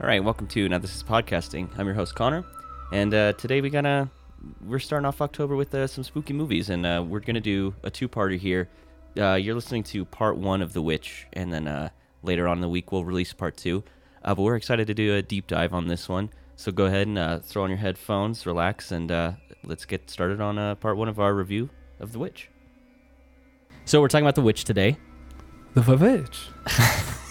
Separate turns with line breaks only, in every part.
All right, welcome to Now This Is Podcasting. I'm your host Connor, and uh, today we gonna we're starting off October with uh, some spooky movies, and uh, we're gonna do a two-parter here. Uh, you're listening to part one of The Witch, and then uh, later on in the week we'll release part two. Uh, but we're excited to do a deep dive on this one. So go ahead and uh, throw on your headphones, relax, and uh, let's get started on uh, part one of our review of The Witch. So we're talking about The Witch today.
The Vavitch.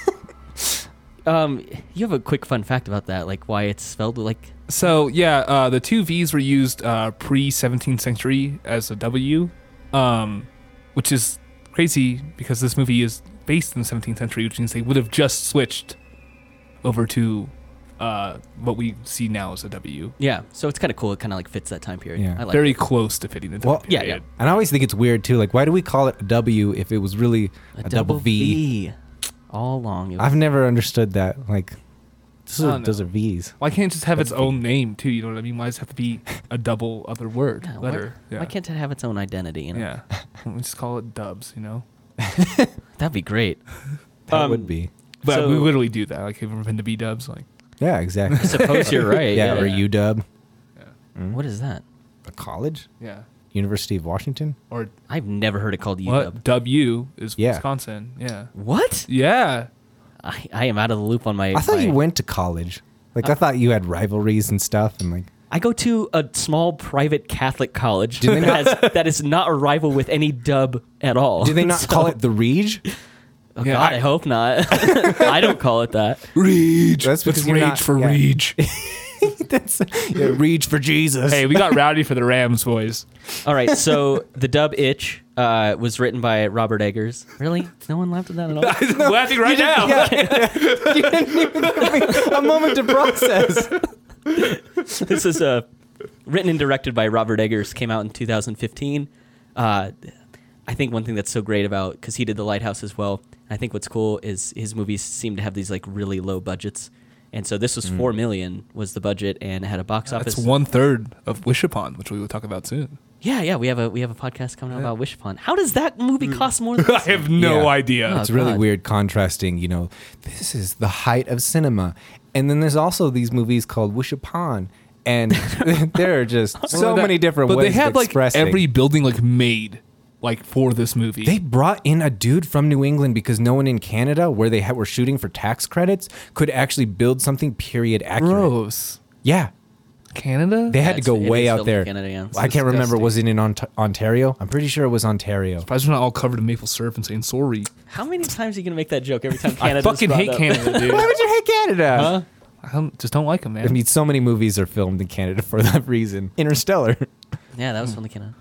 Um, you have a quick fun fact about that, like why it's spelled like
So yeah, uh, the two V's were used uh, pre 17th century as a W, um, which is crazy because this movie is based in the 17th century, which means they would have just switched over to uh, what we see now as a W.
Yeah, so it's kind of cool. It kind of like fits that time period.
Yeah.
I like
Very
it.
close to fitting into
Well,
the
yeah,
period.
And I always think it's weird too. Like, why do we call it a W if it was really a, double V?
V. All along. It was-
have never understood that. Like, those
I
are,
don't know.
those are V's.
Why can't it just have its
Double V.
own name too? You know what I mean? Why does it have to be a double other word
Yeah, why-
letter?
Why can't it have its own identity? You know?
yeah. we just call it Dubs, you know.
That'd be great.
That
Um,
would be.
But
So-
we literally do that. Like, have you ever been to B Dubs? Like,
Yeah, exactly.
I suppose you're right.
yeah,
yeah.
or UW,
What is that?
a college,
yeah.
University of Washington.
Or
I've never heard it called UW.
What? W is
Yeah.
Wisconsin. Yeah.
What?
Yeah.
I, I am out of the loop on my.
I thought
my-
you went to college. Like, I thought you had rivalries and stuff. And like,
I go to a small private Catholic college
Do they
that, has, that is not a rival with any dub at all.
do they not
So-
call it the Reg?
Oh,
Yeah,
God, I,
I-
hope not. I don't call it that.
Reach.
That's
Let's
because you're
rage
not-
for
yeah.
reach.
That's yeah, Reg for Jesus.
hey, we got rowdy for the Rams, boys.
All right, so the dub itch uh, was written by Robert Eggers. Really? No one laughed at that at all.
We're laughing right now.
you didn't even give me a moment to process.
this is uh, written and directed by Robert Eggers. Came out in 2015. Uh, I think one thing that's so great about because he did The Lighthouse as well. And I think what's cool is his movies seem to have these like really low budgets, and so this was four million was the budget and it had a box office.
That's one third of Wish Upon, which we will talk about soon.
Yeah, yeah. We have a we have a podcast coming out about Wish Upon. How does that movie cost more than?
I
This one?
have no
Yeah.
idea.
Oh,
it's really
God.
weird contrasting, you know, this is the height of cinema. And then there's also these movies called Wish Upon. And there are just so
Well, that-
many different
but
ways
they had
of
like
expressing.
every building like made like for this movie.
they brought in a dude from New England because no one in Canada, where they ha- were shooting for tax credits, could actually build something period accurate.
gross.
Yeah,
Canada.
they had
That's-
to go
it
way
is
out
filmed in
there.
Canada, yeah. It's
I can't remember.
disgusting.
Was it in Ont- Ontario? I'm pretty sure it was Ontario.
Surprised we're not all covered in maple syrup and saying sorry.
How many times are you gonna make that joke every time
I
Canada?
fucking hate Canada, dude.
Why would you hate Canada?
I don't, just don't like them, man.
I mean, so many movies are filmed in Canada for that reason. Interstellar
Yeah, that was from the Canada.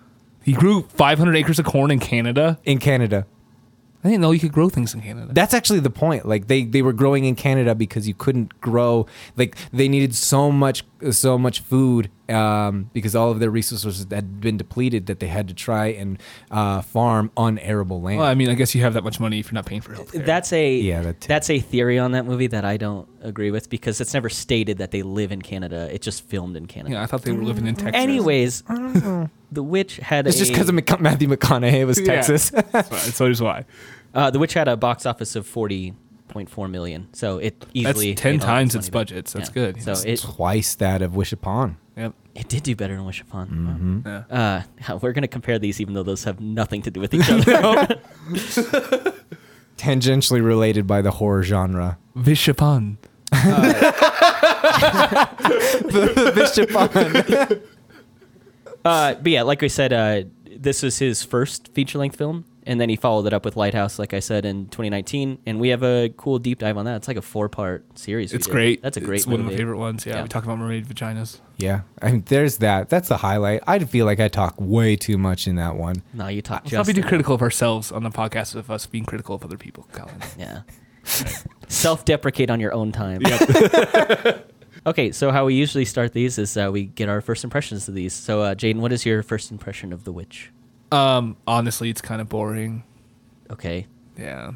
he grew 500 acres of corn in Canada.
in Canada.
I didn't know you could grow things in Canada.
That's actually the point. Like they they were growing in Canada because you couldn't grow. Like they needed so much so much food um, because all of their resources had been depleted that they had to try and uh, farm unarable land.
Well, I mean, I guess you have that much money if you're not paying for health.
That's a
Yeah, that too.
that's a theory on that movie that I don't agree with because it's never stated that they live in Canada. It's just filmed in Canada.
yeah, I thought they were living in Texas.
Anyways, the witch had
it's
a,
just because of Mc- Matthew McConaughey was
Yeah.
Texas.
That's why- so is why.
uh, the witch had a box office of forty point four million, so it
That's
easily
ten
made all
times
its
its
money back.
budget. So that's
Yeah.
good.
So it
Twice that of Wish Upon.
yep.
it did do better than Wish Upon. Wow.
Yeah.
Uh, yeah, we're gonna compare these, even though those have nothing to do with each other.
Tangentially related by the horror genre.
Vishapan.
Wish Upon.
Uh, but yeah, like I said, uh, this was his first feature length film, and then he followed it up with Lighthouse, like I said, in 2019. And we have a cool deep dive on that. It's like a four part series. we
It's
did.
great.
That's a great
It's
movie.
one of my favorite ones. Yeah,
Yeah.
we talk about mermaid vaginas.
Yeah, I mean, there's that. That's the highlight. I feel like I talk way too much in that one.
No, you talk
Let's not be
just.
too critical of ourselves on the podcast of us being critical of other people. Colin.
Yeah. Self deprecate on your own time. okay, so how we usually start these is uh, we get our first impressions of these. So, uh, Jaden, what is your first impression of The Witch?
um, honestly, it's kind of boring.
Okay.
Yeah.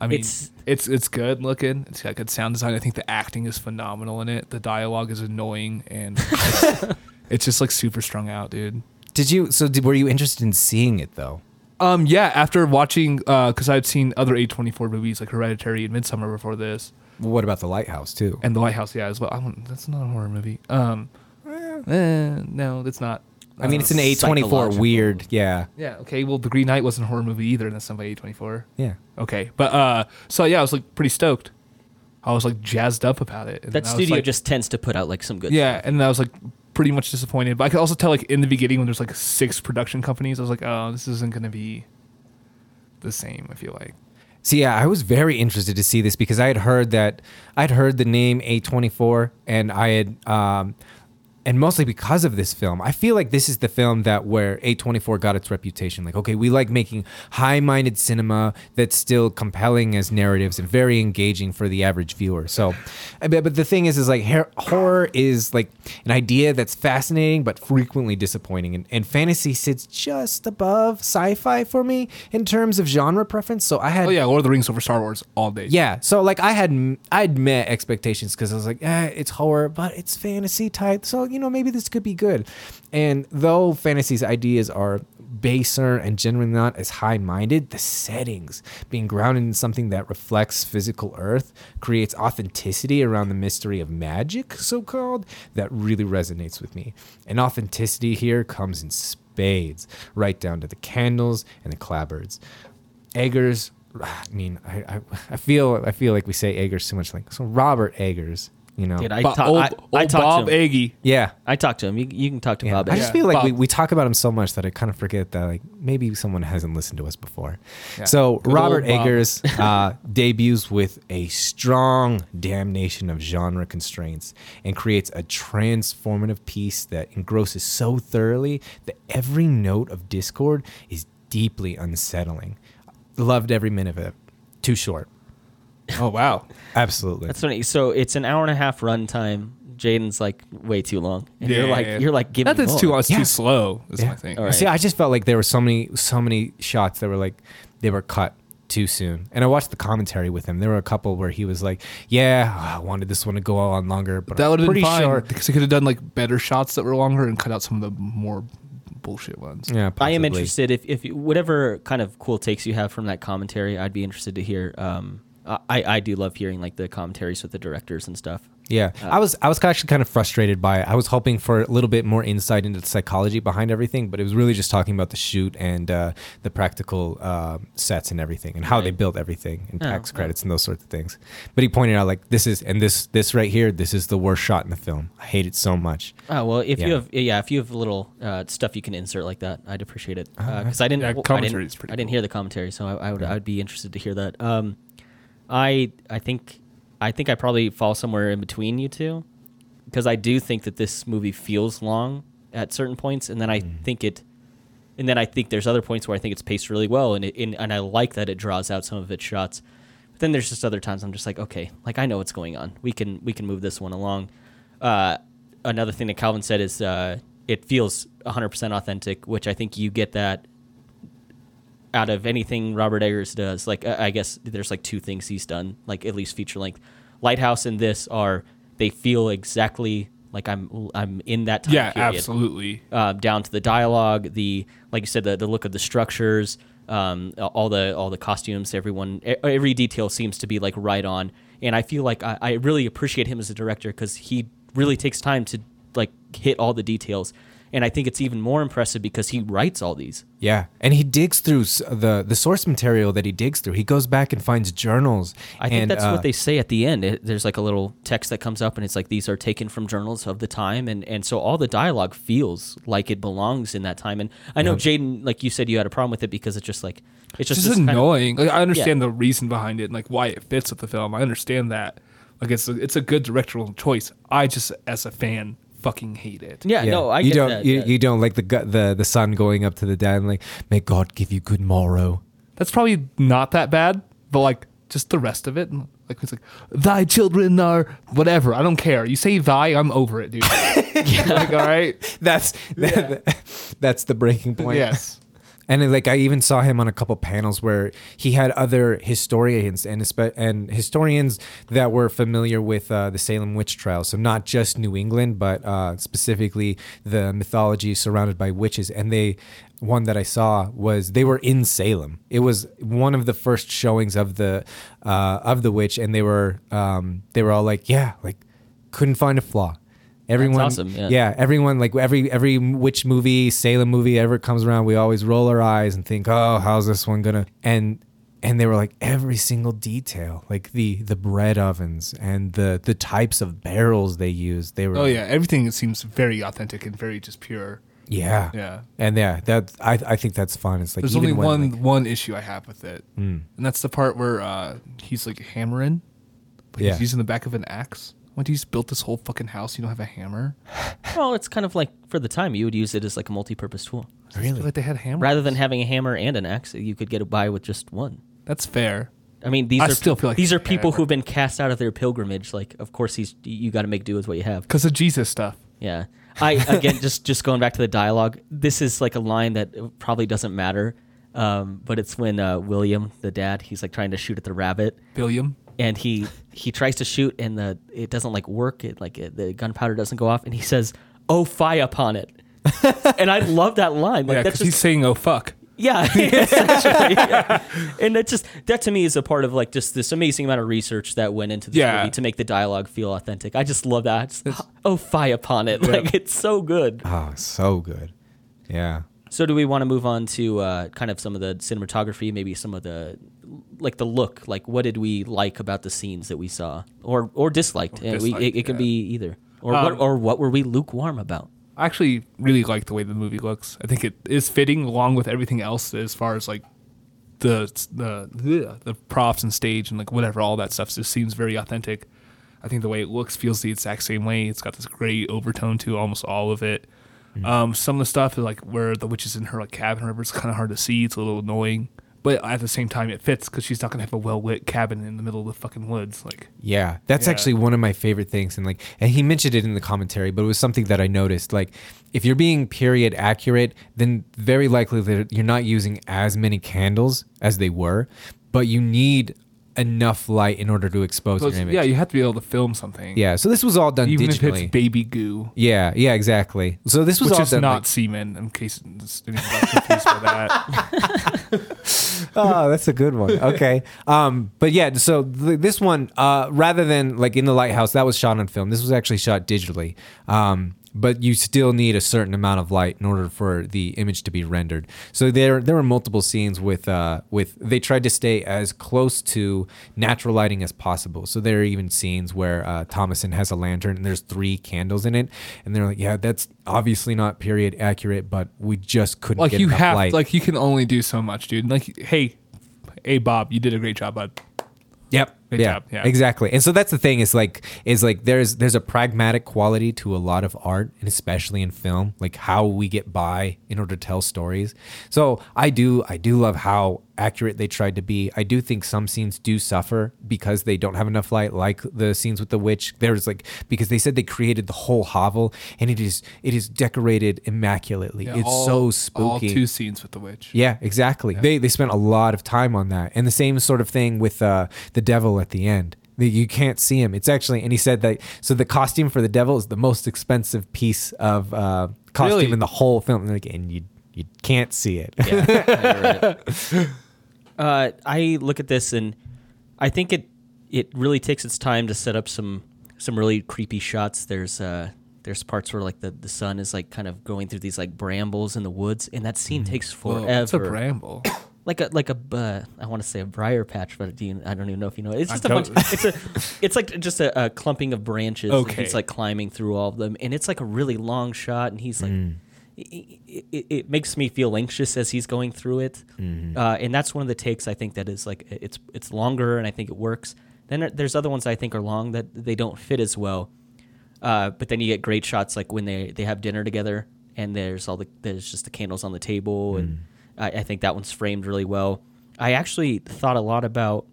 I mean,
It's-
it's, it's good looking. It's got good sound design. I think the acting is phenomenal in it. The dialogue is annoying, and it's, it's just like super strung out, dude.
Did you? So, did, were you interested in seeing it though?
uh, Um, yeah. After watching, because I'd seen other A twenty four movies like Hereditary and Midsummer before this,
Well, what about the lighthouse too?
and the lighthouse yeah as well I don't, that's not a horror movie um eh, no it's not Uh,
I mean, it's an A twenty four
psychological.
weird. Yeah,
yeah okay well the green knight wasn't a horror movie either and that's somebody 24
yeah.
okay but uh so yeah i was like pretty stoked i was like jazzed up about it and
That
I was,
studio
like-
just tends to put out like some good.
yeah and i was like pretty much disappointed but i could also tell like in the beginning when there's like six production companies i was like oh this isn't gonna be the same i feel like
See, yeah, I was very interested to see this because I had heard that I'd heard the name A24 and I had um and mostly because of this film. I feel like this is the film that where A24 got its reputation like okay, we like making high-minded cinema that's still compelling as narratives and very engaging for the average viewer. So I bet- but the thing is is like her- horror is like an idea that's fascinating but frequently disappointing and, and fantasy sits just above sci-fi for me in terms of genre preference. So I had
oh yeah lord of the rings over star wars all day
yeah. So like I had I'd met expectations because I was like, eh, it's horror, but it's fantasy type. So you know maybe this could be good. And though fantasy's ideas are baser and generally not as high minded, the settings being grounded in something that reflects physical Earth creates authenticity around the mystery of magic, so called, that really resonates with me. And authenticity here comes in spades, right down to the candles and the clapboards. Eggers. I mean, I, I, I feel I feel like we say Eggers too much. Like so, Robert Eggers. You know,
Dude, I,
but
ta-
old,
I, I
old
talked
bob
to him.
aggie
yeah.
I talked to him. You, you can talk to
yeah.
Bob.
I
Iger.
just feel like we,
Bob.
we talk about him so much that I kind of forget that like maybe someone hasn't listened to us before.
Yeah.
So
Good
Robert
old Bob.
Eggers uh, debuts with a strong damnation of genre constraints and creates a transformative piece that engrosses so thoroughly that every note of discord is deeply unsettling. Loved every minute of it. Too short.
oh wow
Absolutely.
That's funny. So it's an hour and a half run time. Jaden's like way too long, and you're
Yeah,
like
yeah.
you're like give
not
me
that it's
more.
too it's
Yeah.
too slow is
Yeah.
my thing
All right.
See, I just felt like there were so many, so many shots that were like they were cut too soon. And I watched the commentary with him. There were a couple where he was like, "Yeah, I wanted this one to go on longer, but
that would
I'm
have
pretty
been fine
sure."
because they could have done like better shots that were longer and cut out some of the more bullshit ones
Yeah,
I am
possibly.
interested if if you- whatever kind of cool takes you have from that commentary, I'd be interested to hear. Um, I I do love hearing like the commentaries with the directors and stuff.
Yeah,
Uh,
I was, I was actually kind of frustrated by it. I was hoping for a little bit more insight into the psychology behind everything, but it was really just talking about the shoot and uh, the practical uh, sets and everything, and how they
Right.
built everything, and
Oh,
tax
yeah.
credits and those sorts of things. But he pointed out like this is and this this right here, this is the worst shot in the film. I hate it so much.
Oh well, if
Yeah.
you have yeah, if you have little uh, stuff you can insert like that, I'd appreciate it because I didn't.
Yeah,
well, I
commentary
didn't,
is pretty
I didn't
cool.
hear the commentary, so I, I would I'd be interested to hear that. Um, I I think I think I probably fall somewhere in between you two because I do think that this movie feels long at certain points, and then I think it, and then I think there's other points where I think it's paced really well, and it, and, and I like that it draws out some of its shots. But then there's just other times I'm just like, okay, like I know what's going on. We can we can move this one along. Uh, another thing that Calvin said is uh, it feels 100% authentic, which I think you get that out of anything Robert Eggers does. Like I I guess there's like two things he's done, like at least feature length. Lighthouse and this are they feel exactly like I'm I'm in that time
yeah
period.
absolutely
Uh, down to the dialogue, the like you said, the, the look of the structures, um, all the all the costumes, everyone, e- every detail seems to be like right on. And I feel like I, I really appreciate him as a director because he really takes time to like hit all the details. And I think it's even more impressive because he writes all these.
Yeah, and he digs through s- the the source material that he digs through. He goes back and finds journals.
I think
and,
that's
uh,
what they say at the end. It, there's like a little text that comes up, and it's like these are taken from journals of the time, and and so all the dialogue feels like it belongs in that time. And I know Jaden, like you said, you had a problem with it because it's just like it's just
It's
this
just
kind of-
annoying. like I understand the reason behind it, and like why it fits with the film. I understand that. Like it's a, it's a good directorial choice. I just, as a fan, fucking hate it.
yeah, no, I
you
get
don't
that,
you,
yeah.
you don't like the gu- the the sun going up to the dad and like may God give you good morrow.
That's probably not that bad, but like just the rest of it, and, like it's like thy children are whatever. I don't care. You say thy, I'm over it, dude. like all right,
That's that's the breaking point.
yes.
And then, like I even saw him on a couple panels where he had other historians and espe- and historians that were familiar with uh, the Salem witch trials, so not just New England, but uh, specifically the mythology surrounded by witches. And they one that I saw was they were in Salem. It was one of the first showings of the uh, of the witch, and they were um, they were all like, yeah, like couldn't find a flaw. Everyone,
awesome, yeah.
yeah, everyone like every every witch movie, Salem movie ever comes around, we always roll our eyes and think, "Oh, how's this one gonna?" And and they were like every single detail, like the the bread ovens and the the types of barrels they used. They were,
Oh yeah, everything seems very authentic and very just pure.
yeah,
Yeah.
and yeah, that I I think that's fun. It's like
There's
even
only
when,
one
like- Hmm.
one issue I have with it, and that's the part where uh, he's like hammering, but
Yeah.
he's using the back of an axe. When he's built this whole fucking house, you don't have a hammer.
Well, it's kind of like for the time you would use it as like a multi-purpose tool.
really,
Like they had hammers.
Rather than having a hammer and an axe, you could get by with just one.
that's fair.
I mean, these
I
are
still feel like
these
a
are people
hammer.
who've been cast out of their pilgrimage. Like, of course, he's you got to make do with what you have.
Because of Jesus stuff.
Yeah. I again just just going back to the dialogue. This is like a line that probably doesn't matter, um, but it's when uh, William, the dad, he's like trying to shoot at the rabbit,
William.
and he he tries to shoot, and the it doesn't like work. It like it, the gunpowder doesn't go off, and he says, "Oh, fie upon it." and I love that line. Like
yeah,
that's
because
just
he's saying, "Oh fuck."
yeah, essentially. yeah. And that just that to me is a part of like just this amazing amount of research that went into this
Yeah.
movie to make the dialogue feel authentic. I just love that. Just, oh, fie upon it! Like it's so good.
oh, so good, yeah.
So do we want to move on to uh, kind of some of the cinematography, maybe some of the like the look, like what did we like about the scenes that we saw or or disliked?
Or
Uh, we, it,
disliked,
it can
yeah.
be either. Or what
Um,
or what were we lukewarm about?
I actually really like the way the movie looks. I think it is fitting along with everything else as far as like the the the, the props and stage and like whatever all that stuff just seems very authentic. I think the way it looks feels the exact same way. It's got this gray overtone to almost all of it.
Mm-hmm.
Um, some of the stuff is like where the witch is in her like cabin, or whatever. It's kind of hard to see. It's a little annoying, but at the same time, it fits because she's not gonna have a well lit cabin in the middle of the fucking woods. Like
Yeah, that's
Yeah.
actually one of my favorite things, and like, and he mentioned it in the commentary, but it was something that I noticed. Like, if you're being period accurate, then very likely that you're not using as many candles as they were, but you need enough light in order to expose
so
an
it's-
image.
yeah, you have to be able to film something.
Yeah, So this was all done
even if
digitally.
it's baby goo.
yeah, yeah, exactly. So this was
which
all
is
done
not
like-
semen. In case anyone's confused by that,
oh, that's a good one. Okay. Um, but yeah, so th- this one, uh, rather than like in the lighthouse, that was shot on film. This was actually shot digitally. Um, but you still need a certain amount of light in order for the image to be rendered. So there, there were multiple scenes with, uh, with they tried to stay as close to natural lighting as possible. So there are even scenes where uh, Thomason has a lantern and there's three candles in it, and they're like, "Yeah, that's obviously not period accurate, but we just couldn't
like
get
you
enough
have,
light."
like you can only do so much, dude. Like, hey, hey, Bob, you did a great job, bud.
Yep.
Good
yeah.
job. Yeah.
Exactly. And so that's the thing is like is like there's there's a pragmatic quality to a lot of art and especially in film, like how we get by in order to tell stories. So I do I do love how accurate they tried to be. I do think some scenes do suffer because they don't have enough light, like the scenes with the witch. There's like because they said they created the whole hovel and it is it is decorated immaculately.
Yeah,
it's
all-
so spooky.
All two scenes with the witch.
Yeah, exactly. They they spent a lot of time on that, and the same sort of thing with uh, the devil at the end. The- You can't see him. It's actually, and he said that. So the costume for the devil is the most expensive piece of uh, costume
Really?
in the whole film, and, like, and you you can't see it.
Yeah, you're right. uh, I look at this and I think it it really takes its time to set up some some really creepy shots. There's uh, there's parts where like the, the sun is like kind of going through these like brambles in the woods, and that scene takes
Whoa,
forever.
it's a bramble.
like a like a uh, I want to say a briar patch, but do you, I don't even know if you know. it. It's
I
just a bunch.
don't-
It's a it's like just a, a clumping of branches.
Okay.
It's like climbing through all of them, and it's like a really long shot, and he's like. It, it, it makes me feel anxious as he's going through it, uh, and that's one of the takes I think that is like it's it's longer, and I think it works. Then there- there's other ones I think are long that they don't fit as well, uh, but then you get great shots like when they, they have dinner together and there's all the there's just the candles on the table and I, I think that one's framed really well. I actually thought a lot about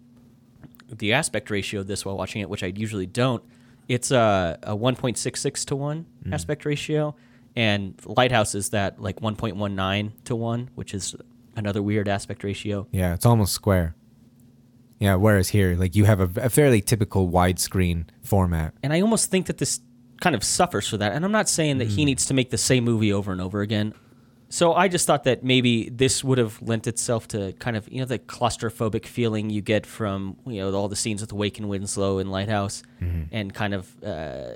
the aspect ratio of this while watching it, which I usually don't. It's a, a 1.66 to one aspect ratio, and Lighthouse is that like 1.19 to one, which is another weird aspect ratio.
Yeah, it's almost square. Yeah, whereas here, like you have a, a fairly typical widescreen format.
And I almost think that this kind of suffers for that. And I'm not saying that
Mm.
he needs to make the same movie over and over again. So I just thought that maybe this would have lent itself to kind of you know the claustrophobic feeling you get from you know all the scenes with Wake and Winslow and Lighthouse,
Mm-hmm.
and kind of uh,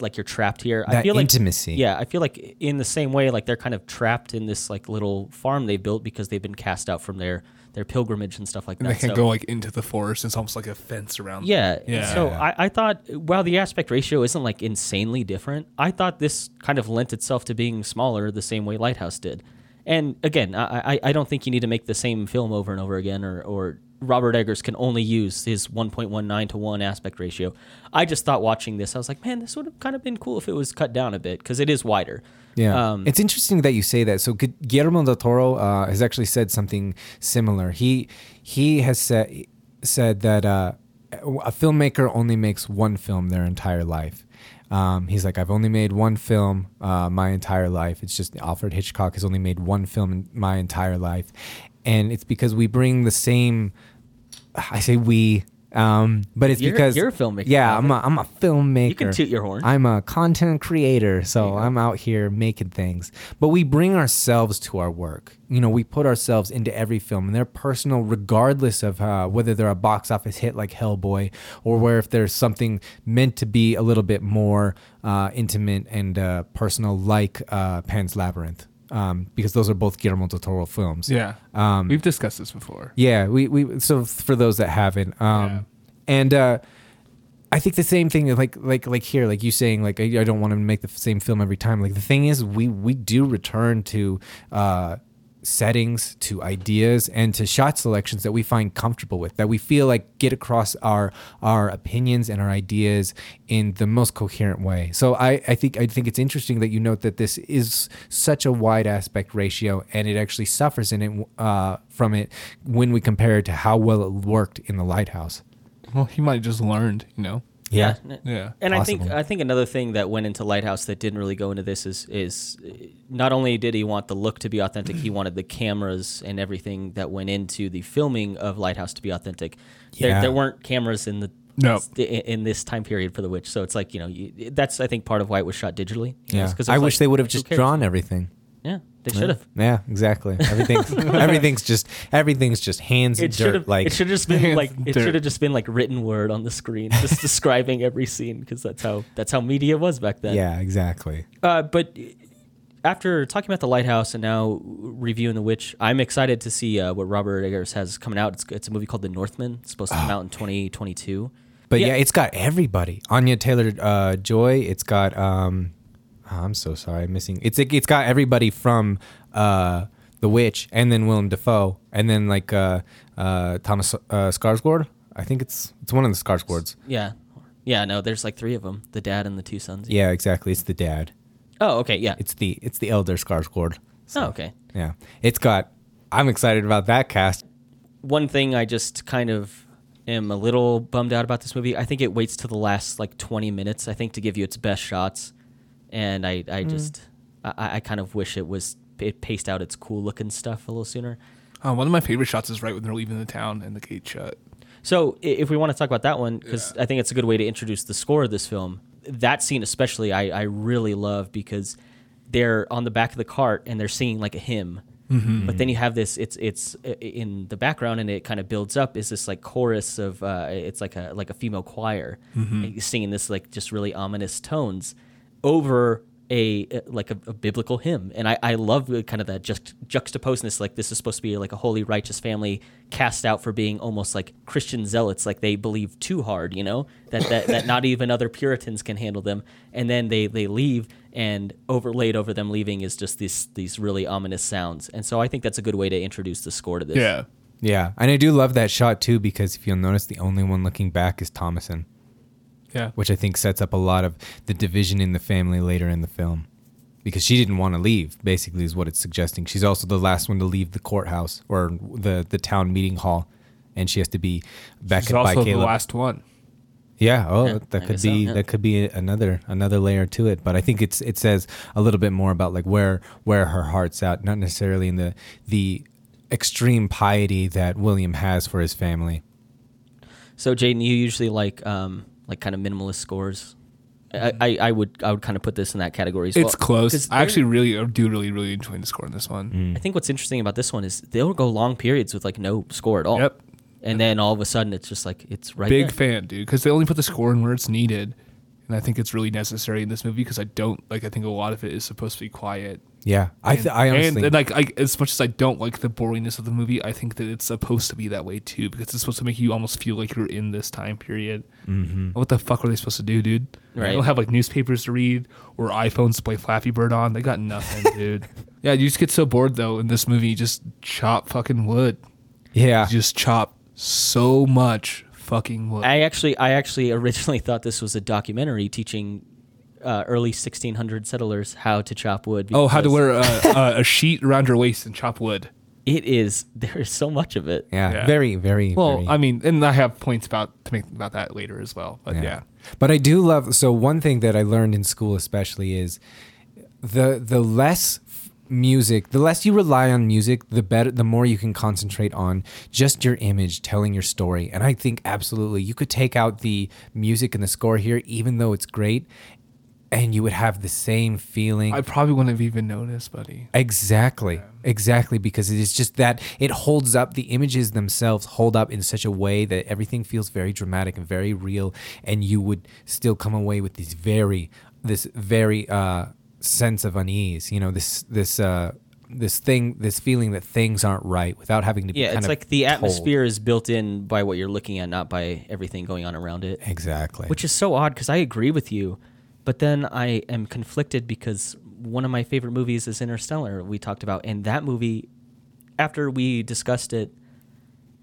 like you're trapped here. I
That
feel like-
intimacy.
yeah, I feel like in the same way, like they're kind of trapped in this like little farm they built because they've been cast out from their their pilgrimage and stuff like
And
that.
they can
So-
go like into the forest. It's almost like a fence around.
yeah.
Yeah.
So
Yeah.
I, I thought while the aspect ratio isn't like insanely different, I thought this kind of lent itself to being smaller the same way Lighthouse did. And again, I, I, I don't think you need to make the same film over and over again or, or Robert Eggers can only use his 1.19 to 1 aspect ratio. I just thought watching this, I was like, man, this would have kind of been cool if it was cut down a bit because it is wider.
Yeah,
Um,
it's interesting that you say that. So Gu- Guillermo del Toro uh, has actually said something similar. He he has said said that uh, a filmmaker only makes one film their entire life. Um, he's like, I've only made one film uh, my entire life. It's just Alfred Hitchcock has only made one film in my entire life, and it's because we bring the same. I say we, um, but it's
You're-
because
you're a filmmaker,
Yeah, I'm a, I'm a filmmaker.
You can toot your horn.
I'm a content creator, so I'm out here making things. But we bring ourselves to our work. You know, we put ourselves into every film, and they're personal, regardless of uh, whether they're a box office hit like Hellboy, or where if there's something meant to be a little bit more uh, intimate and uh, personal, like uh, Pan's Labyrinth, um, because those are both Guillermo del Toro films.
Yeah.
Um,
We've discussed this before.
yeah, we we so for those that haven't, um,
Yeah.
and uh, I think the same thing like like like here, like you saying like I, I don't want to make the same film every time. Like the thing is, we we do return to. Uh, settings to ideas and to shot selections that we find comfortable with that we feel like get across our our opinions and our ideas in the most coherent way so i i think i think it's interesting that you note that this is such a wide aspect ratio and it actually suffers in it uh, from it when we compare it to how well it worked in the lighthouse
Well, he might have just learned, you know.
yeah.
Yeah.
And I think
Possible.
I think another thing that went into Lighthouse that didn't really go into this is is uh, not only did he want the look to be authentic, he wanted the cameras and everything that went into the filming of Lighthouse to be authentic. There,
Yeah.
there weren't cameras in the
No.
in, in this time period for the witch, so it's like you know you, that's I think part of why it was shot digitally. you know,
Yeah.
is 'cause it
I
was
wish
like,
they would have
who
just
cares?
drawn everything.
Yeah, they should have.
Yeah, exactly. Everything's everything's just everything's just hands and
It should
dirt.
have.
Like
it should have just been like it
Dirt.
should have just been like written word on the screen, just describing every scene because that's how that's how media was back then.
yeah, exactly.
Uh, but after talking about the lighthouse and now reviewing the witch, I'm excited to see uh, what Robert Eggers has coming out. It's, it's a movie called The Northman. It's supposed to
Oh.
come out in 2022.
But yeah.
Yeah.
it's got everybody. Anya Taylor uh, Joy. It's got. um oh, I'm so sorry, I'm missing. It's it's got everybody from uh, The Witch, and then Willem Dafoe, and then like uh, uh, Thomas uh, Skarsgård. I think it's it's one of the Skarsgårds.
Yeah, yeah. No, there's like three of them: the dad and the two sons.
Yeah, exactly. It's the dad.
Oh, okay. Yeah.
It's the it's the elder Skarsgård.
oh, okay.
Yeah, it's got. I'm excited about that cast.
One thing I just kind of am a little bummed out about this movie. I think it waits to the last like 20 minutes. I think to give you its best shots, and I
Mm.
I just I, I kind of wish it was it paced out its cool looking stuff a little sooner.
Uh, one of my favorite shots is right when they're leaving the town and the gate shut.
So i- if we want to talk about that one, because I think it's a good way to introduce the score of this film. That scene especially, I, I really love because they're on the back of the cart and they're singing like a hymn. But then you have this, it's it's i- in the background and it kind of builds up. Is this like chorus of uh, it's like a like a female choir singing this like just really ominous tones over a uh, like a, a biblical hymn and i i love the kind of that just juxtaposeness like this is supposed to be like a holy righteous family cast out for being almost like christian zealots like they believe too hard you know that that, that not even other puritans can handle them and then they they leave and overlaid over them leaving is just these these really ominous sounds and so i think that's a good way to introduce the score to this
Yeah.
Yeah, and I do love that shot too because if you'll notice, the only one looking back is Thomason,
Yeah.
which I think sets up a lot of the division in the family later in the film, because she didn't want to leave. Basically, is what it's suggesting. She's also the last one to leave the courthouse or the the town meeting hall, and she has to be back
It's
up by
also the
Caleb.
last one.
Yeah. Oh,
Yeah, I
that could
guess so,
be
yeah.
that could be another another layer to it. But I think it's it says a little bit more about like where where her heart's at, not necessarily in the the extreme piety that William has for his family.
So Jaden, you usually like um like kind of minimalist scores. I, I, I would I would kind of put this in that category as well.
it's close.
'Cause
I
they're-
actually really I do really really enjoy the score on this one.
Mm.
I think what's interesting about this one is they'll go long periods with like no score at all.
Yep.
And then all of a sudden it's just like it's right
Big
there.
fan, dude, because they only put the score in where it's needed, and I think it's really necessary in this movie because I don't like. I think a lot of it is supposed to be quiet.
Yeah, I th- I
And-
honestly
and, like I, as much as I don't like the boringness of the movie, I think that it's supposed to be that way too because it's supposed to make you almost feel like you're in this time period. Mm-hmm. What the fuck were they supposed to do, dude?
Right.
They don't have like newspapers to read or iPhones to play Flappy Bird on. They got nothing, dude. Yeah, you just get so bored though in this movie. You just chop fucking wood.
yeah.
You just chop so much fucking wood.
I actually I actually originally thought this was a documentary teaching uh, early 1600 settlers how to chop wood.
oh, how to
because
wear a, a, a sheet around your waist and chop wood.
It is there is so much of it.
yeah,
Yeah.
very very
Well,
very-
I mean, and I have points about to make about that later as well. But yeah.
But I do love so one thing that I learned in school especially is the the less f- music, the less you rely on music, the better the more you can concentrate on just your image telling your story. And I think absolutely you could take out the music and the score here even though it's great and you would have the same feeling.
I probably wouldn't have even noticed, buddy.
Exactly. Exactly. Because it is just that it holds up, the images themselves hold up in such a way that everything feels very dramatic and very real. And you would still come away with these very, this very uh, sense of unease, you know, this, this, uh, this thing, this feeling that things aren't right without having to be
Yeah,
kind
it's
of
like the
told.
atmosphere is built in by what you're looking at, not by everything going on around it.
Exactly.
which is so odd because I agree with you, but then I am conflicted because one of my favorite movies is Interstellar. We talked about, and that movie, after we discussed it,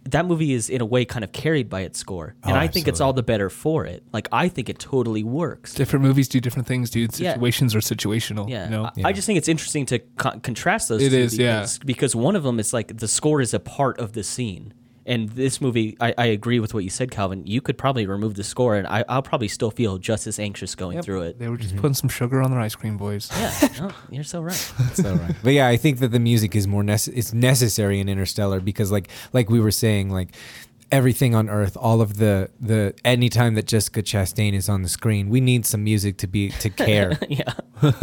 that movie is in a way kind of carried by its score, and
Oh,
I think it's
absolutely.
all the better for it. Like I think it totally works.
Different movies do different things, dude.
Yeah.
Situations are situational.
Yeah,
You know?
I, I just think it's interesting to con- contrast those.
It
two
is, yeah.
because, because one of them is like the score is a part of the scene. And this movie, I, I agree with what you said, Calvin. You could probably remove the score, and I, I'll probably still feel just as anxious going through it.
They were
Mm-hmm.
just putting some sugar on their ice cream, boys.
Yeah, no, you're so right.
So, right. but yeah, I think that the music is more nece- it's necessary in Interstellar because like like we were saying like everything on earth all of the the anytime that Jessica Chastain is on the screen, we need some music to be to care.
yeah.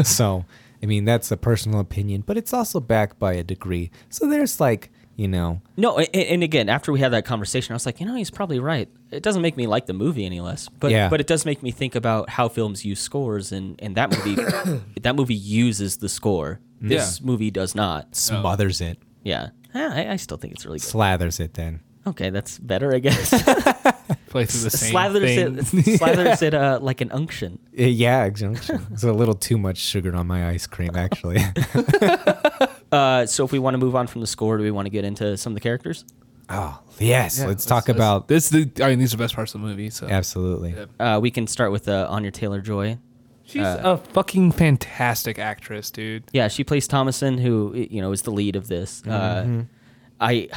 so, I mean, that's a personal opinion, but it's also backed by a degree. So there's like, you know,
No, and, and again, after we had that conversation, I was like, you know, he's probably right. It doesn't make me like the movie any less, but
Yeah.
but it does make me think about how films use scores, and and that movie, that movie uses the score. This movie does not.
smothers it,
Yeah, Ah, I, I still think it's really good.
slathers it then.
Okay, that's better, I guess.
Play through the same
slathers
thing.
it, slathers it uh, like an unction.
Uh, yeah, junction. it's a little too much sugar on my ice cream actually.
Uh, so if we want to move on from the score, do we want to get into some of the characters?
oh, yes,
Yeah,
let's
that's-
talk
that's-
about
this. The, I mean, these are the best parts of the movie. So
absolutely.
Yeah.
Uh, we can start with uh, Anya Taylor Joy.
she's
uh,
a fucking fantastic actress, dude.
Yeah, she plays Thomason, who i- you know is the lead of this. Uh, I,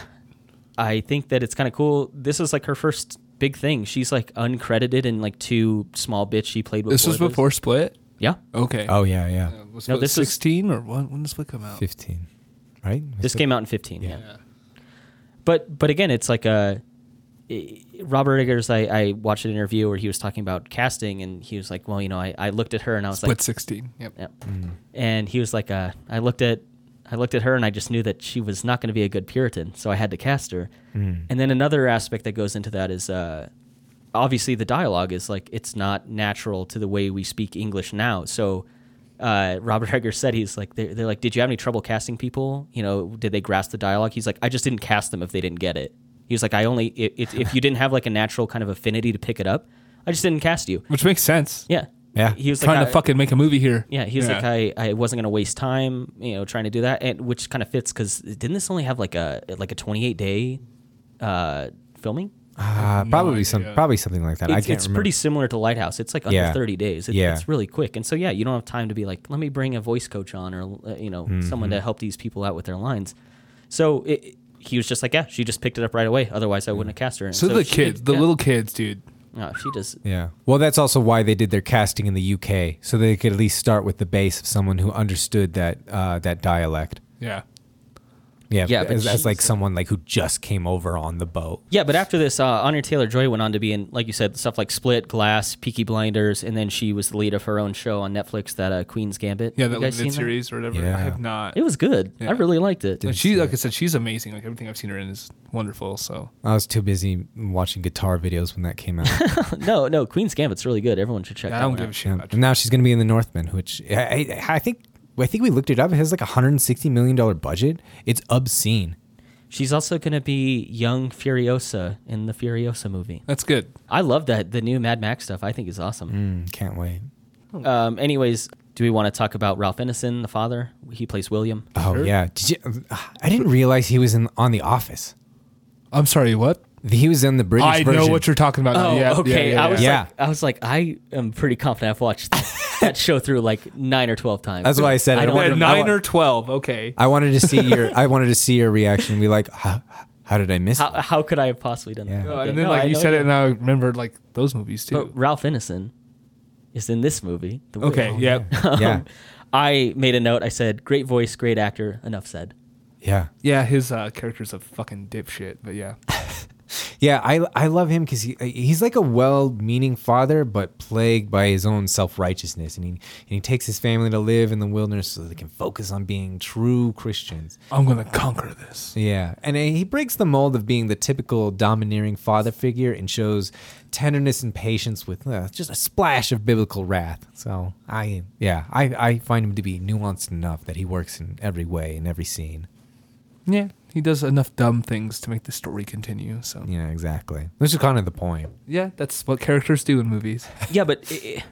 I think that it's kind of cool. This is like her first big thing. She's like uncredited in like two small bits she played. Before
This was
this.
before Split.
Yeah,
Okay.
Oh yeah, yeah.
Uh, was
No,
Split
this is-
sixteen or when, when did Split come out?
15, right?
this came out in fifteen. Yeah.
Yeah.
but but again, it's like a. i- Robert Eggers, I, I watched an interview where he was talking about casting, and he was like, "Well, you know, I, I looked at her and I was
Split
like,
sixteen. Yep.
Yep.
Mm.
And he was like, uh, I looked at, I looked at her, and I just knew that she was not going to be a good Puritan, so I had to cast her.
Mm.
And then another aspect that goes into that is, uh, obviously, the dialogue is like it's not natural to the way we speak English now. So uh, Robert Egger said he's like, they're, they're like, did you have any trouble casting people? You know, did they grasp the dialogue? He's like, I just didn't cast them if they didn't get it. He was like, I only i- if, if you didn't have like a natural kind of affinity to pick it up, I just didn't cast you.
Which makes sense.
Yeah.
Yeah.
He was like,
Trying
I-
to fucking make a movie here.
yeah, he was like, I, I wasn't gonna waste time, you know, trying to do that, and which kind of fits because didn't this only have like a like a 28 day uh, filming?
Uh, probably some,
idea.
probably something like that. I
It's,
can't
it's
remember.
pretty similar to Lighthouse. It's like under
Yeah.
30 days. It,
Yeah.
It's really quick, and so yeah, you don't have time to be like, let me bring a voice coach on or uh, you know
Mm-hmm.
someone to help these people out with their lines. So it, it- he was just like, yeah, she just picked it up right away. Otherwise,
Mm.
I wouldn't have cast her. And
So, the
she
kids,
did-
the
yeah.
little kids, dude.
no, she does.
Yeah. Well, that's also why they did their casting in the UK, so they could at least start with the base of someone who understood that uh, that dialect.
Yeah.
Yeah,
Yeah, but
as, as like
Jesus.
someone like who just came over on the boat.
Yeah, but after this, uh, Anya Taylor Joy went on to be in, like you said, stuff like Split, Glass, Peaky Blinders, and then she was the lead of her own show on Netflix, that uh, Queen's Gambit.
Yeah,
You
that
guys seen
limited series or whatever.
Yeah.
I have not.
It was good.
Yeah.
I really liked it.
And she, like I said, she's amazing. Like everything I've seen her in is wonderful. So
I was too busy watching guitar videos when that came out.
no, no, Queen's Gambit's really good. Everyone should check
yeah, I
that
don't
one
give
out.
a shit
Yeah.
about
And now she's going to be in The Northman, which I, I, I think I think we looked it up. It has like a hundred sixty million dollar budget. It's obscene.
She's also going to be young Furiosa in the Furiosa movie.
That's good.
I love that the new Mad Max stuff. I think is awesome.
Mm, can't wait.
Um, anyways, do we want to talk about Ralph Ineson, the father? He plays William.
Oh yeah, Did you, I didn't realize he was in on The Office.
I'm sorry, what?
He was in the British
I
version.
know what you're talking about. now.
Oh,
Uh, yeah,
okay.
Yeah, yeah,
I was
yeah.
yeah.
like, I was like, I am pretty confident I've watched that show through like nine or twelve times.
That's why I said it.
don't
Wait,
At
remember-
nine or twelve. Okay.
I wanted to see your I wanted to see your reaction. Be like, how, how did I miss?
How,
that?"
how could I have possibly done
Yeah.
that?
No,
Uh,
Okay.
and then
No,
like
I
you
know Oh,
said it, and I remembered like those movies too.
But Ralph Ineson is in this movie. The
okay.
Whale.
Yeah.
yeah,
I made a note. I said, "Great voice, great actor." Enough said.
yeah,
Yeah. His uh, character's a fucking dipshit. But yeah.
yeah. I I love him because he he's like a well-meaning father, but plagued by his own self-righteousness, and he and he takes his family to live in the wilderness so they can focus on being true Christians.
I'm gonna conquer this.
Yeah, and eh, he breaks the mold of being the typical domineering father figure and shows tenderness and patience with uh, just a splash of biblical wrath. So I, yeah, I, I find him to be nuanced enough that he works in every way in every scene.
Yeah. He does enough dumb things to make the story continue. So yeah,
Yeah, exactly. This is kind of the point.
that's what characters do in movies.
Yeah, but i i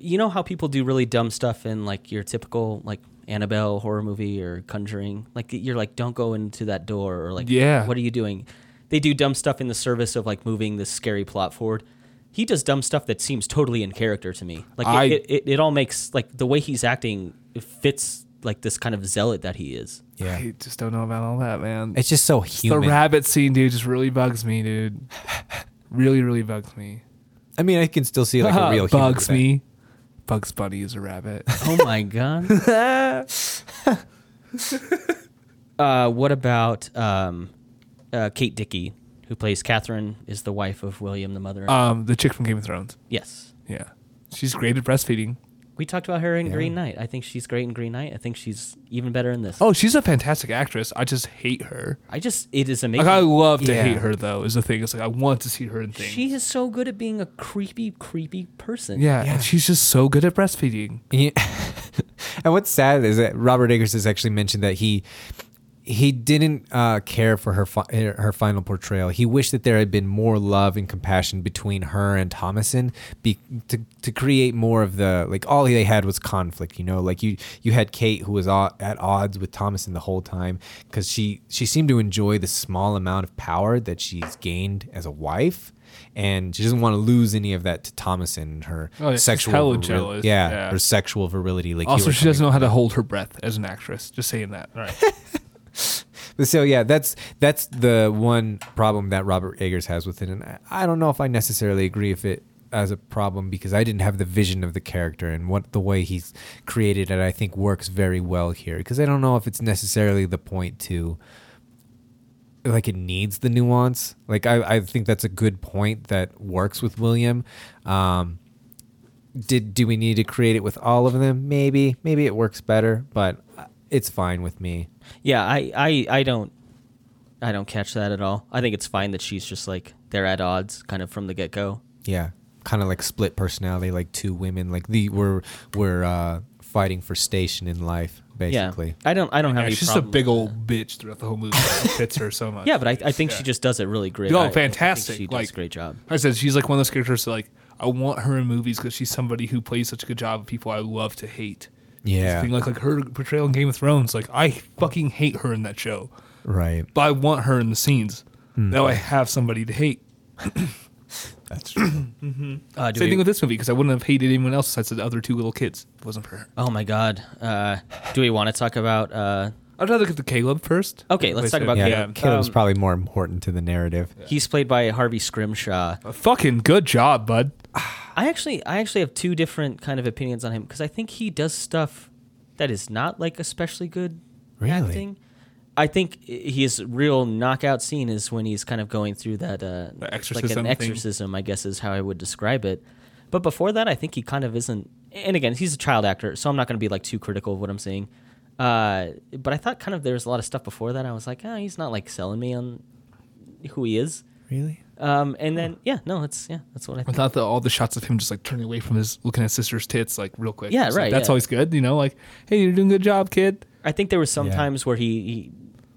you know how people do really dumb stuff in like your typical like Annabelle horror movie or Conjuring. Like you're like, don't go into that door, or like,
Yeah.
what are you doing? They do dumb stuff in the service of like moving this scary plot forward. He does dumb stuff that seems totally in character to me. Like it,
I-
it, it, it all makes like the way he's acting it fits like this kind of zealot that he is.
Yeah,
I just don't know about all that, man.
it's just so
the
human.
rabbit scene, dude, just really bugs me, dude. really, really bugs me.
I mean, I can still see like a real human
bugs
thing.
me. Bugs Bunny is a rabbit.
Oh my god. uh, what about um, uh, Kate Dickey, who plays Catherine, is the wife of William, the mother? of
um, the chick from Game of Thrones.
yes.
Yeah, she's great at breastfeeding.
We talked about her in
Yeah.
Green Knight. I think she's great in Green Knight. I think she's even better in this.
Oh, she's a fantastic actress. I just hate her.
I just, it is
Like
amazing.
I love to
Yeah.
hate her though. Is the thing. It's like I want to see her in things.
she is so good at being a creepy, creepy person.
yeah,
Yeah.
and she's just so good at breastfeeding.
Yeah. and what's sad is that Robert Eggers has actually mentioned that he he didn't uh, care for her fi- her her final portrayal. He wished that there had been more love and compassion between her and Thomason be- to to create more of the like all they had was conflict. You know, like you you had Kate who was o- at odds with Thomason the whole time because she she seemed to enjoy the small amount of power that she's gained as a wife. And she doesn't want to lose any of that to Thomason and her
Oh, yeah, she's
sexual,
hella
viril-
jealous.
yeah,
Yeah.
her sexual virility. Like you
Also,
were
she doesn't
talking
know how to hold her breath as an actress. Just saying that. All right.
But so yeah, that's that's the one problem that Robert Eggers has with it, and I, I don't know if I necessarily agree if it as a problem because I didn't have the vision of the character and what the way he's created it. I think works very well here because I don't know if it's necessarily the point to like it needs the nuance. Like I, I think that's a good point that works with William. Um, did do we need to create it with all of them? Maybe, maybe it works better, but it's fine with me.
Yeah, I, I, I don't, I don't catch that at all. I think it's fine that she's just like, they're at odds kind of from the get go.
yeah kind of like split personality like two women like the we're we're uh fighting for station in life basically
Yeah. I don't, I don't have
Yeah,
any
she's just a
problem
big
with
old bitch throughout the whole movie. It fits her so much.
Yeah, but I, I think
Yeah.
she just does it really great. I-
Oh,
I think
fantastic.
she does
Like-
a great job.
I said she's like one of those characters that like I want her in movies because she's somebody who plays such a good job of people I love to hate.
Yeah.
Thing like like her portrayal in Game of Thrones, like I fucking hate her in that show,
right
but I want her in the scenes. Now I have somebody to hate.
that's true
Uh, do
Same
we-
thing with this movie because I wouldn't have hated anyone else besides the other two little kids. If it wasn't for her.
oh my God. Uh, do we want to talk about? Uh,
I'd rather get to Caleb first.
Okay, let's talk about
yeah,
Caleb.
caleb's
Um,
probably more important to the narrative
He's played by Harvey Scrimshaw.
Uh, Fucking good job, bud.
I actually, I actually have two different kind of opinions on him because I think he does stuff that is not like especially good
Really?
acting. I think his real knockout scene is when he's kind of going through that uh,
The
like
exorcism
an
thing.
exorcism, I guess is how I would describe it. But before that, I think he kind of isn't. And again, he's a child actor, so I'm not going to be like too critical of what I'm saying. Uh, but I thought kind of there was a lot of stuff before that. I was like, ah, he's not like selling me on who he is.
Really?
Um, and then yeah, no, that's yeah, that's what I
I
think.
thought that all the shots of him just like turning away from his looking at sister's tits like real quick.
Yeah,
It's like,
right,
That's
yeah.
always good, you know. Like, hey, you're doing a good job, kid.
I think there was some
Yeah.
times where he, he,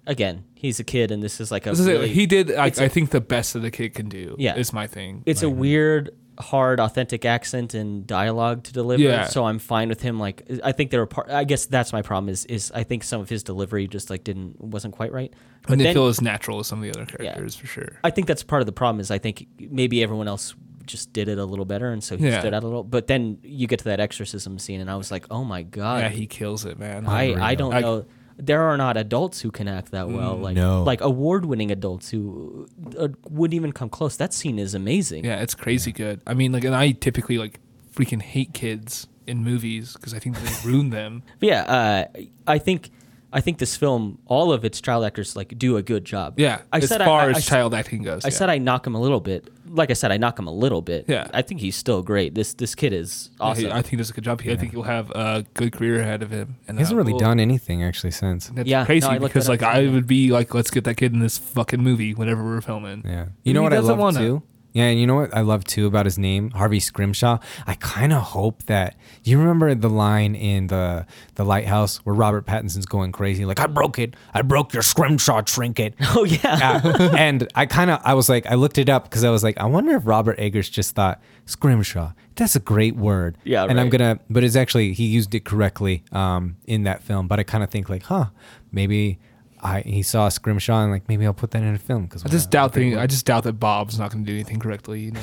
again, he's a kid, and this is like a
This is it.
really-
He did. I,
it's a-
I think the best that the kid can do.
Yeah.
is my thing.
it's a weird hard authentic accent and dialogue to deliver
Yeah.
so i'm fine with him like i think there were part i guess that's my problem is is i think some of his delivery just like didn't wasn't quite right but
and they
then
feel as natural as some of the other characters for sure.
i think that's part of the problem is i think maybe everyone else just did it a little better and so he
Yeah.
stood out a little but then you get to that exorcism scene and i was like oh my god
yeah, he kills it, man.
i i don't
I-
know there are not adults who can act that well like
no.
like award-winning adults who uh, wouldn't even come close that scene is amazing
Yeah, it's crazy good. I mean, like, and I typically like freaking hate kids in movies because I think they ruin them.
But yeah, uh, I think I think this film, all of its child actors like do a good job.
Yeah,
I
as
said I-
far
I,
as
I s-
child acting goes.
I said I knock him a little bit. Like I said, I knock him a little bit.
Yeah.
I think he's still great. This this kid is awesome.
I think he does a good job. He, I think he'll have a good career ahead of him. And
He hasn't
uh,
really
we'll-
done anything actually since.
That's
Yeah, no,
crazy
I looked
because
that
like
up.
I would be like, let's get that kid in this fucking movie whenever we're filming.
Yeah.
He
You know what I
doesn't
love
wanna.
too? Yeah, and you know what I love too about his name, Harvey Scrimshaw. I kind of hope that you remember the line in the the lighthouse where Robert Pattinson's going crazy, like I broke it, I broke your Scrimshaw trinket.
oh yeah.
Uh, and I kind of I was like I looked it up because I was like I wonder if Robert Eggers just thought Scrimshaw that's a great word
Yeah,
and I'm
right.
gonna but it's actually he used it correctly um in that film but I kind of think like huh maybe I he saw Scrimshaw and like maybe I'll put that in a film because
I just doubt thing. I just doubt that Bob's not going to do anything correctly. You know.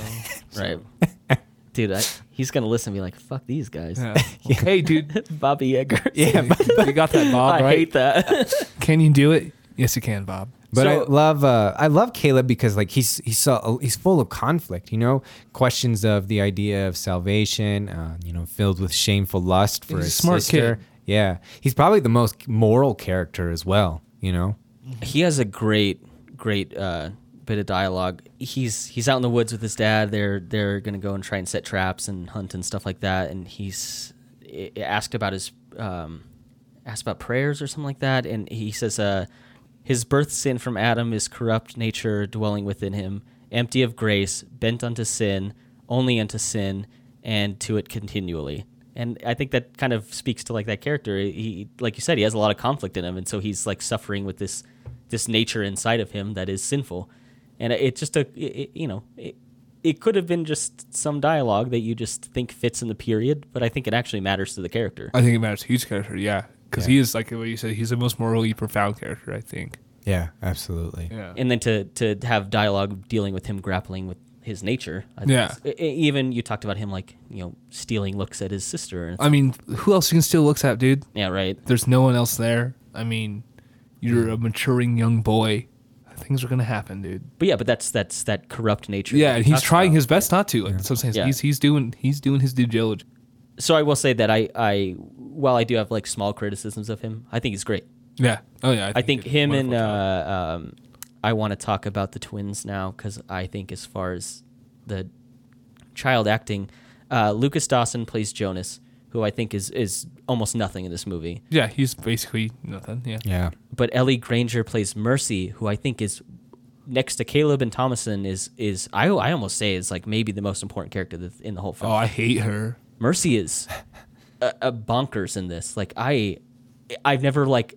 Right. Dude, I, he's gonna listen and be like, "Fuck these guys."
Yeah. Hey, dude.
Bobby Eggers.
yeah but,
You got that, Bob?
I
right?
hate that.
Can you do it? Yes, you can, Bob.
But I
So-
love uh, I love Caleb because like he's he's so, he's full of conflict, you know, questions of the idea of salvation, uh, you know, filled with shameful lust for
He's a
his
smart
sister.
kid.
Yeah, he's probably the most moral character as well, you know.
he has a great great uh, bit of dialogue he's he's out in the woods with his dad they're they're gonna go and try and set traps and hunt and stuff like that and he's i- asked about his um, asked about prayers or something like that and he says uh, his birth sin from adam is corrupt nature dwelling within him empty of grace bent unto sin only unto sin and to it continually and i think that kind of speaks to like that character he like you said he has a lot of conflict in him and so he's like suffering with this this nature inside of him that is sinful and it just a it, you know it, it could have been just some dialogue that you just think fits in the period but i think it actually matters to the character
I think it matters. Huge character, yeah, because he is like what you said. He's the most morally profound character, I think.
Yeah, absolutely.
Yeah,
and then to to have dialogue dealing with him grappling with his nature I
Yeah.
it's- e- e- even you talked about him like you know stealing looks at his sister and it's-
I mean, who else you can still looks at, dude?
yeah right
There's no one else there. I mean, you're a maturing young boy. Things are gonna happen, dude.
but yeah but that's that's that corrupt nature
Yeah,
that
and
we
he's
talked
trying
about.
his best not to. Like, that's what I'm saying.
Yeah.
He's he's doing he's doing his due diligence.
so i will say that i i while i do have like small criticisms of him i think he's great
Yeah. Oh yeah.
I think
it's
him and
wonderful talent.
uh, um, I want to talk about the twins now because I think as far as the child acting, uh, Lucas Dawson plays Jonas, who I think is is almost nothing in this movie.
yeah, he's basically nothing. Yeah.
Yeah.
But Ellie Granger plays Mercy, who I think is next to Caleb and Thomason is is I I almost say is like maybe the most important character that's in the whole film.
Oh, I hate her.
Mercy is a, a bonkers in this. Like I, I've never like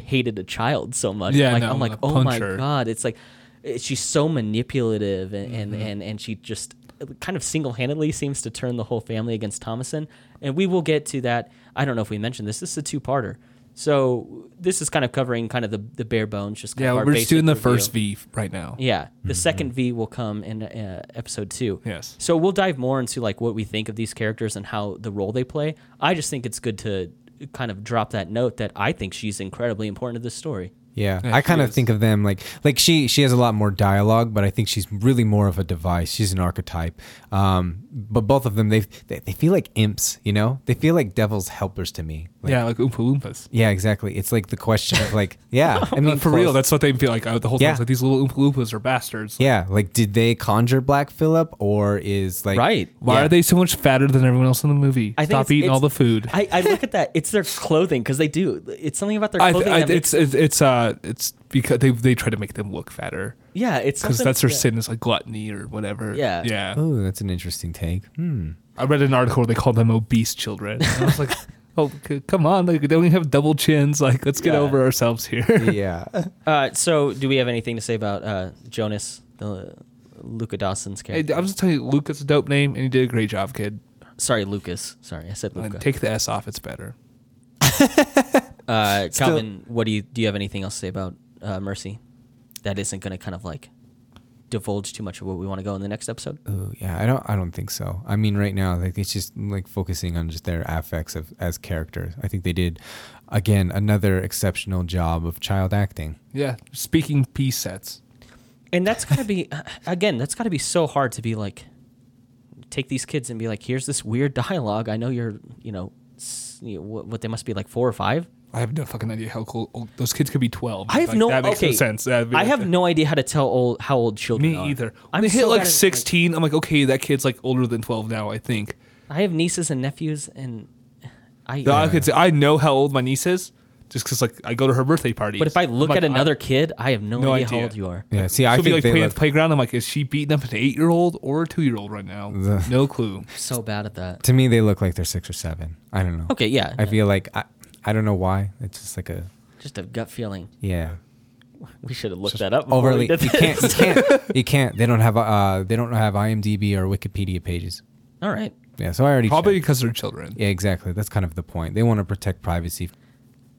hated a child so much.
Yeah,
like
no,
I'm like,
a
oh my
puncher.
god, it's like eh, she's so manipulative and
Mm-hmm.
and, and and she just eh, kind of single-handedly seems to turn the whole family against Thomason. And we will get to that. I don't know if we mentioned this. This is a two-parter. So this is kind of covering kind of the, the bare bones, just kind
Yeah,
of our
we're just
basic
doing the
review.
first V Mm-hmm. right now.
Yeah, the second V will come in uh, episode two.
Yes.
So we'll dive more into like what we think of these characters and how the role they play. I just think it's good to kind of drop that note that I think she's incredibly important to this story.
Yeah,
Yeah,
I kind
she
of
is.
think of them like like she she has a lot more dialogue, but I think she's really more of a device. She's an archetype. Um, but both of them they they they feel like imps, you know? They feel like devil's helpers to me. Like,
yeah, like Oompa Loompas.
yeah, exactly. It's like the question of like, yeah, I mean
for
close-
real, that's what they feel like uh, the whole
Yeah.
time. It's like these little Oompa Loompas are bastards.
yeah. Like, did they conjure Black Phillip, or is like
right.
Why
Yeah.
are they so much fatter than everyone else in the movie?
I think
Stop
it's-
eating all the
it's-
food.
I, I look at that. It's their clothing because they do. It's something about their
I,
clothing.
I,
that
it's
makes-
it's it's uh it's because they they try to make them look fatter
yeah. It's
because
something-
that's their
yeah.
sin is like gluttony or whatever.
Yeah.
yeah.
Oh, that's an interesting take. Hmm.
I read an article where they called them obese children. And I was like, oh c- come on, like they only have double chins. Like let's get
Yeah.
over ourselves here.
Yeah.
Uh, so, do we have anything to say about uh, Jonas, the Luca Dawson's
Hey,
character?
I'm just telling you, Luca's a dope name, and he did a great job, kid.
Sorry, Lucas. Sorry, I said
And
Luca.
take the S off; it's better.
uh,
Still-
Calvin, what do you do? You have anything else to say about uh, Mercy? That isn't going to kind of like divulge too much of what we want to go in the next episode.
Ooh, yeah, I don't. I don't think so. I mean, right now, like it's just like focusing on just their affects of as characters. I think they did, again, another exceptional job of child acting.
Yeah, speaking piece sets.
And that's got to be, again, that's got to be so hard to be like, take these kids and be like, here's this weird dialogue. I know you're, you know, s- you know, what, what they must be like four or five.
I have no fucking idea how cool old, those kids could be. Twelve.
I have
Like,
no.
That makes
okay,
no sense. That'd be
I
like-
have no idea how to tell old how old children.
Me
are.
either. When
I'm
they hit
so
like
bad at,
16, I'm like, okay, that kid's like older than 12 now, I think.
I have nieces and nephews, and I.
No, I could say I know how old my niece is just because like I go to her birthday party.
but if I look at another kid, I have no,
No
idea, how
idea.
old you are.
Yeah. See, I
she'll be
think
like
they
playing at
left-
the playground. I'm like, is she beating up an eight year old or a two year old right now? no clue.
So bad at that.
to me they look like they're six or seven. I don't know.
Okay, yeah,
I feel like I. I don't know why. It's just like a
just a gut feeling.
yeah.
We should have looked that up. before we
Overly,
did
you can't, Oh, you
this.
can't, you can't. They don't have uh, they don't have IMDb or Wikipedia pages.
All right.
Yeah, so I already
Probably
checked.
because they're children.
Yeah, exactly. That's kind of the point. They want to protect privacy.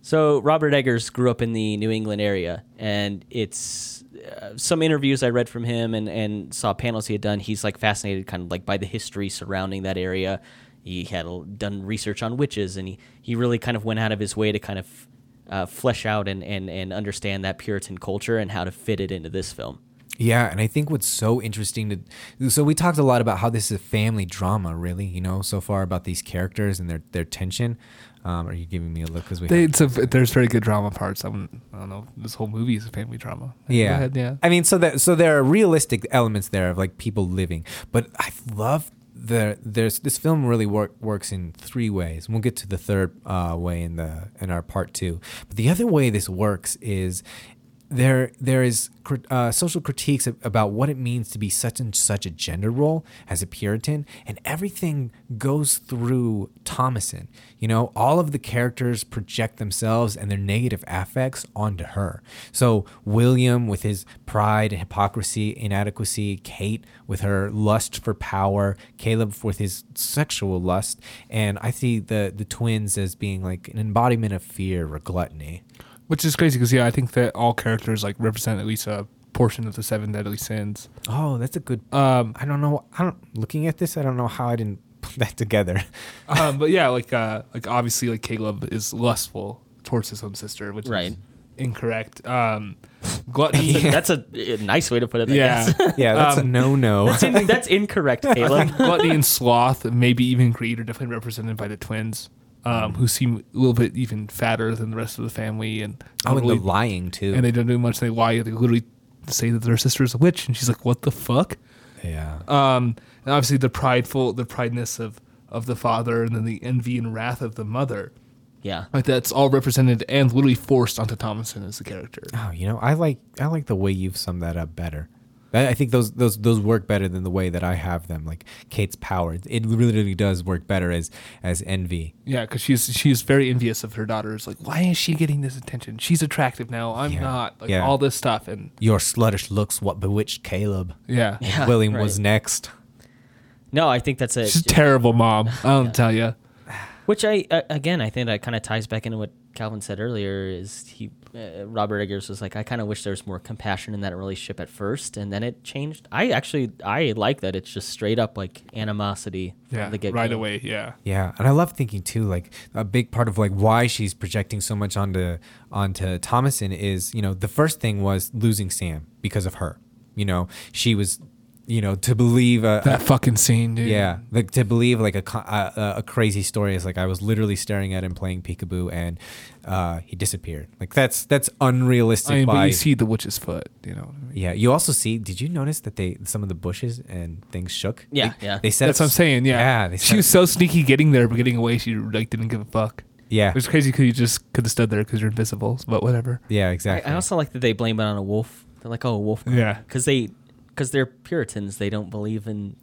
So Robert Eggers grew up in the New England area, and it's uh, some interviews I read from him and and saw panels he had done. He's like fascinated, kind of like by the history surrounding that area. He had l- done research on witches, and he he really kind of went out of his way to kind of uh, flesh out and, and and understand that Puritan culture and how to fit it into this film.
Yeah, and I think what's so interesting to so we talked a lot about how this is a family drama, really, you know, so far about these characters and their their tension. Um, are you giving me a look? Because we
They,
have-
it's a, there's very good drama parts. I, wouldn't- I don't know. This whole movie is a family drama. Go
yeah,
ahead, yeah.
I mean, so that so there are realistic elements there of like people living, but I love the there's this film really work, works in three ways. We'll get to the third uh, way in the in our part two, but the other way this works is. There, there is crit- uh, social critiques ab- about what it means to be such and such a gender role as a Puritan, and everything goes through Thomason. You know, all of the characters project themselves and their negative affects onto her. So, William with his pride and hypocrisy, inadequacy, Kate with her lust for power, Caleb with his sexual lust, and I see the, the twins as being like an embodiment of fear or gluttony.
Which is crazy because, yeah, I think that all characters like represent at least a portion of the seven deadly sins.
Oh, that's a good.
Um,
I don't know. I don't. Looking at this, I don't know how I didn't put that together.
um, but yeah, like uh, like obviously, like Caleb is lustful towards his own sister, which
Right.
is incorrect. Um, gluttony.
That's a, a nice way to put it. I
yeah,
guess.
Yeah, Um, that's a no no.
That's in- that's incorrect, Caleb.
gluttony and sloth, maybe even greed, are definitely represented by the twins, um, who seem a little bit even fatter than the rest of the family, and
Oh,
don't
and the
really-
lying too.
and they don't do much. They lie. They literally say that their sister's a witch, and she's like, "What the fuck?"
yeah.
Um, and obviously the prideful, the prideness of of the father, and then the envy and wrath of the mother.
yeah.
Like that's all represented and literally forced onto Thomason as the character.
Oh, you know, I like I like the way you've summed that up better. I I think those those those work better than the way that I have them. Like Kate's power, it- it really does work better as as envy.
Yeah, because she's she's very envious of her daughters. Like, why is she getting this attention? She's attractive now. I'm
Yeah.
not. Like
Yeah.
all this stuff and
Your sluttish looks what bewitched Caleb.
yeah,
Yeah,
William
right.
was next.
No, I think that's it.
she's a terrible mom. I don't tell you.
Which I uh, again, I think that kind of ties back into what Calvin said earlier is he uh, Robert Eggers was like I kind of wish there was more compassion in that relationship at first and then it changed. I actually I like that it's just straight up like animosity from
Yeah,
the get-go.
right away. Yeah,
Yeah, and I love thinking too. Like a big part of like why she's projecting so much onto onto Thomason is you know the first thing was losing Sam because of her. You know she was, you know, to believe a,
that fucking scene, dude.
yeah, like to believe like a co- a, a- a crazy story is like I was literally staring at him playing peekaboo and uh, he disappeared. Like that's that's unrealistic.
I mean, but
by-
you see the witch's foot. You know what I mean?
yeah, you also see. Did you notice that they some of the bushes and things shook?
Yeah,
They-
yeah.
They said
That's what I'm saying. Yeah,
yeah. They
she
set,
was so sneaky getting there, but getting away, she like didn't give a fuck.
yeah,
It was crazy because you just could have stood there because you're invisible. But whatever.
yeah,
I,
exactly.
I also like that they blame it on a wolf. They're like oh a wolf
Yeah.
because they because they're Puritans. They don't believe in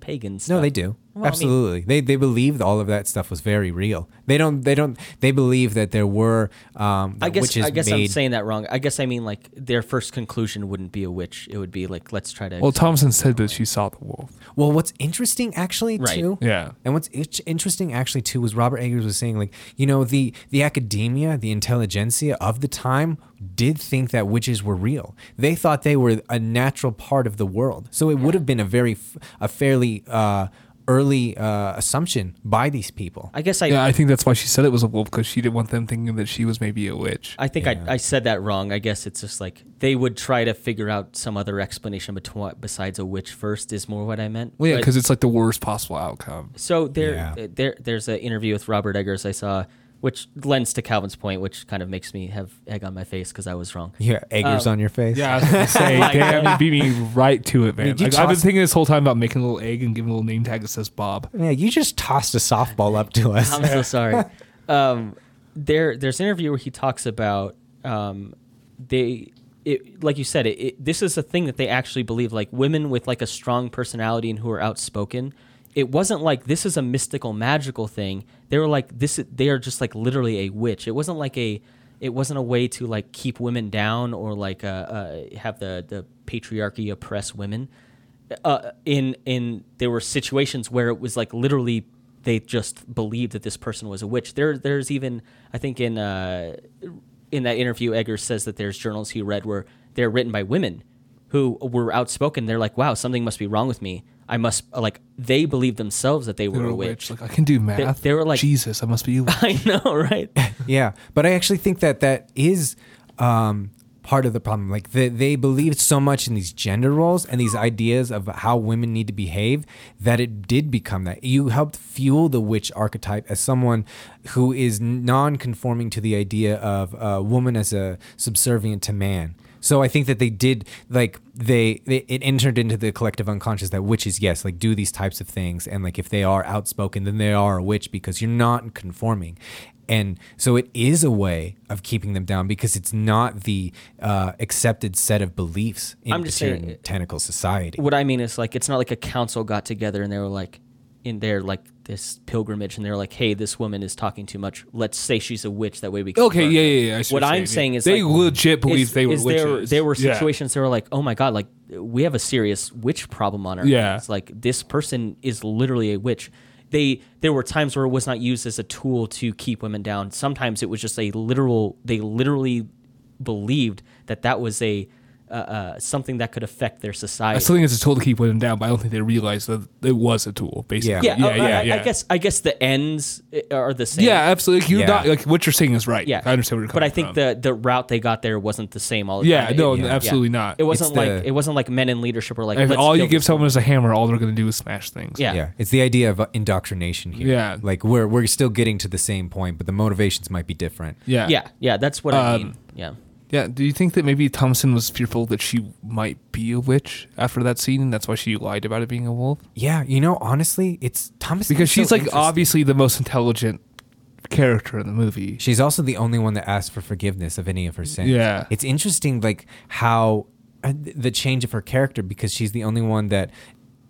pagans.
No, they do.
Well, I mean-
Absolutely. they they believed all of that stuff was very real. They don't they don't they believe that there were um that
I guess
witches
I guess I'm
made-
saying that wrong. I guess I mean like their first conclusion wouldn't be a witch. It would be like let's try to
Well, Thompson said that she saw the wolf.
Well, what's interesting actually
Right.
too
Yeah.
And what's itch- interesting actually too was Robert Eggers was saying like, you know, the the academia, the intelligentsia of the time did think that witches were real. They thought they were a natural part of the world. So it would have been a very f- a fairly uh early uh assumption by these people.
I guess I
yeah, I think that's why she said it was a wolf because she didn't want them thinking that she was maybe a witch.
I think I, I said that wrong. I guess it's just like they would try to figure out some other explanation betw- besides a witch first is more what I meant.
well, yeah,
But-
because it's like the worst possible outcome.
so there uh,
Yeah.
there there's an interview with Robert Eggers I saw, which lends to Calvin's point, which kind of makes me have egg on my face because I was wrong.
Yeah, Eggers
Um,
on your face.
Yeah, I was gonna say,
Like-
damn, you beat me right to it, man.
Dude, you
Like, I've been
tossed-
thinking this whole time about making a little egg and giving a little name tag that says Bob.
Yeah, you just tossed a softball up to us.
I'm so sorry. Um, there, there's an interview where he talks about um, they, it, like you said, it, it, this is a thing that they actually believe. Like women with like a strong personality and who are outspoken, it wasn't like this is a mystical, magical thing. They were like this. is- They are just like literally a witch. It wasn't like a. It wasn't a way to like keep women down or like uh, uh, have the the patriarchy oppress women uh, in in there were situations where it was like literally they just believed that this person was a witch. There there's even I think in uh, in that interview Eggers says that there's journals he read where they're written by women who were outspoken. They're like, wow, something must be wrong with me. I must like they believed themselves that they were,
They were
a witch.
Like I can do math.
they were like-
Jesus, I must be a witch.
I know, right?
yeah, but I actually think that that is um, part of the problem. Like they, they believed so much in these gender roles and these ideas of how women need to behave that it did become that. You helped fuel the witch archetype as someone who is non-conforming to the idea of uh, woman as a subservient to man. So I think that they did like they, they it entered into the collective unconscious that witches yes like do these types of things and like if they are outspoken then they are a witch because you're not conforming and so it is a way of keeping them down because it's not the uh, accepted set of beliefs in
I'm just saying-
puritanical society.
what I mean is like it's not like a council got together and they were like in their like this pilgrimage and they're like, hey, this woman is talking too much. Let's say she's a witch. That way we can
Okay,
burn
yeah,
her."
yeah, yeah. I see
What
you're
I'm
yeah.
saying is
they
like,
legit believe
is-
they were
is
witches.
There, there were
Yeah.
situations that were like, oh my god, like we have a serious witch problem on our
Yeah.
hands. Like this person is literally a witch. They there were times where it was not used as a tool to keep women down. Sometimes it was just a literal. They literally believed that that was a uh, uh, something that could affect their
I
society.
still think it's a tool to keep women down, but I don't think they realized that it was a tool. Basically,
Yeah.
yeah, uh,
yeah,
I- I-
yeah.
I,
yeah.
guess I guess the ends uh, are the same.
Yeah, absolutely. Like, You're
Yeah.
not like what you're saying is right.
yeah,
I understand where you're coming
But I think
from.
the the route they got there wasn't the same all the
yeah,
time.
no,
It-
n- absolutely not.
It wasn't
It's
like
the-
it wasn't like men in leadership were like
if
"Let's
all you
kill
give
this
someone is a hammer, all they're going to do is smash things.
Yeah.
yeah, it's the idea of uh, indoctrination here.
Yeah.
like we're we're still getting to the same point, but the motivations might be different.
yeah,
Yeah, yeah, that's what I mean.
Um,
Yeah.
Yeah, do you think that maybe Thompson was fearful that she might be a witch after that scene, and that's why she lied about it being a wolf?
Yeah, you know, honestly, it's Thomas
Because she's like
obvious.
obviously the most intelligent character in the movie.
She's also the only one that asked for forgiveness of any of her sins.
Yeah.
It's interesting, like, how uh, th- the change of her character, because she's the only one that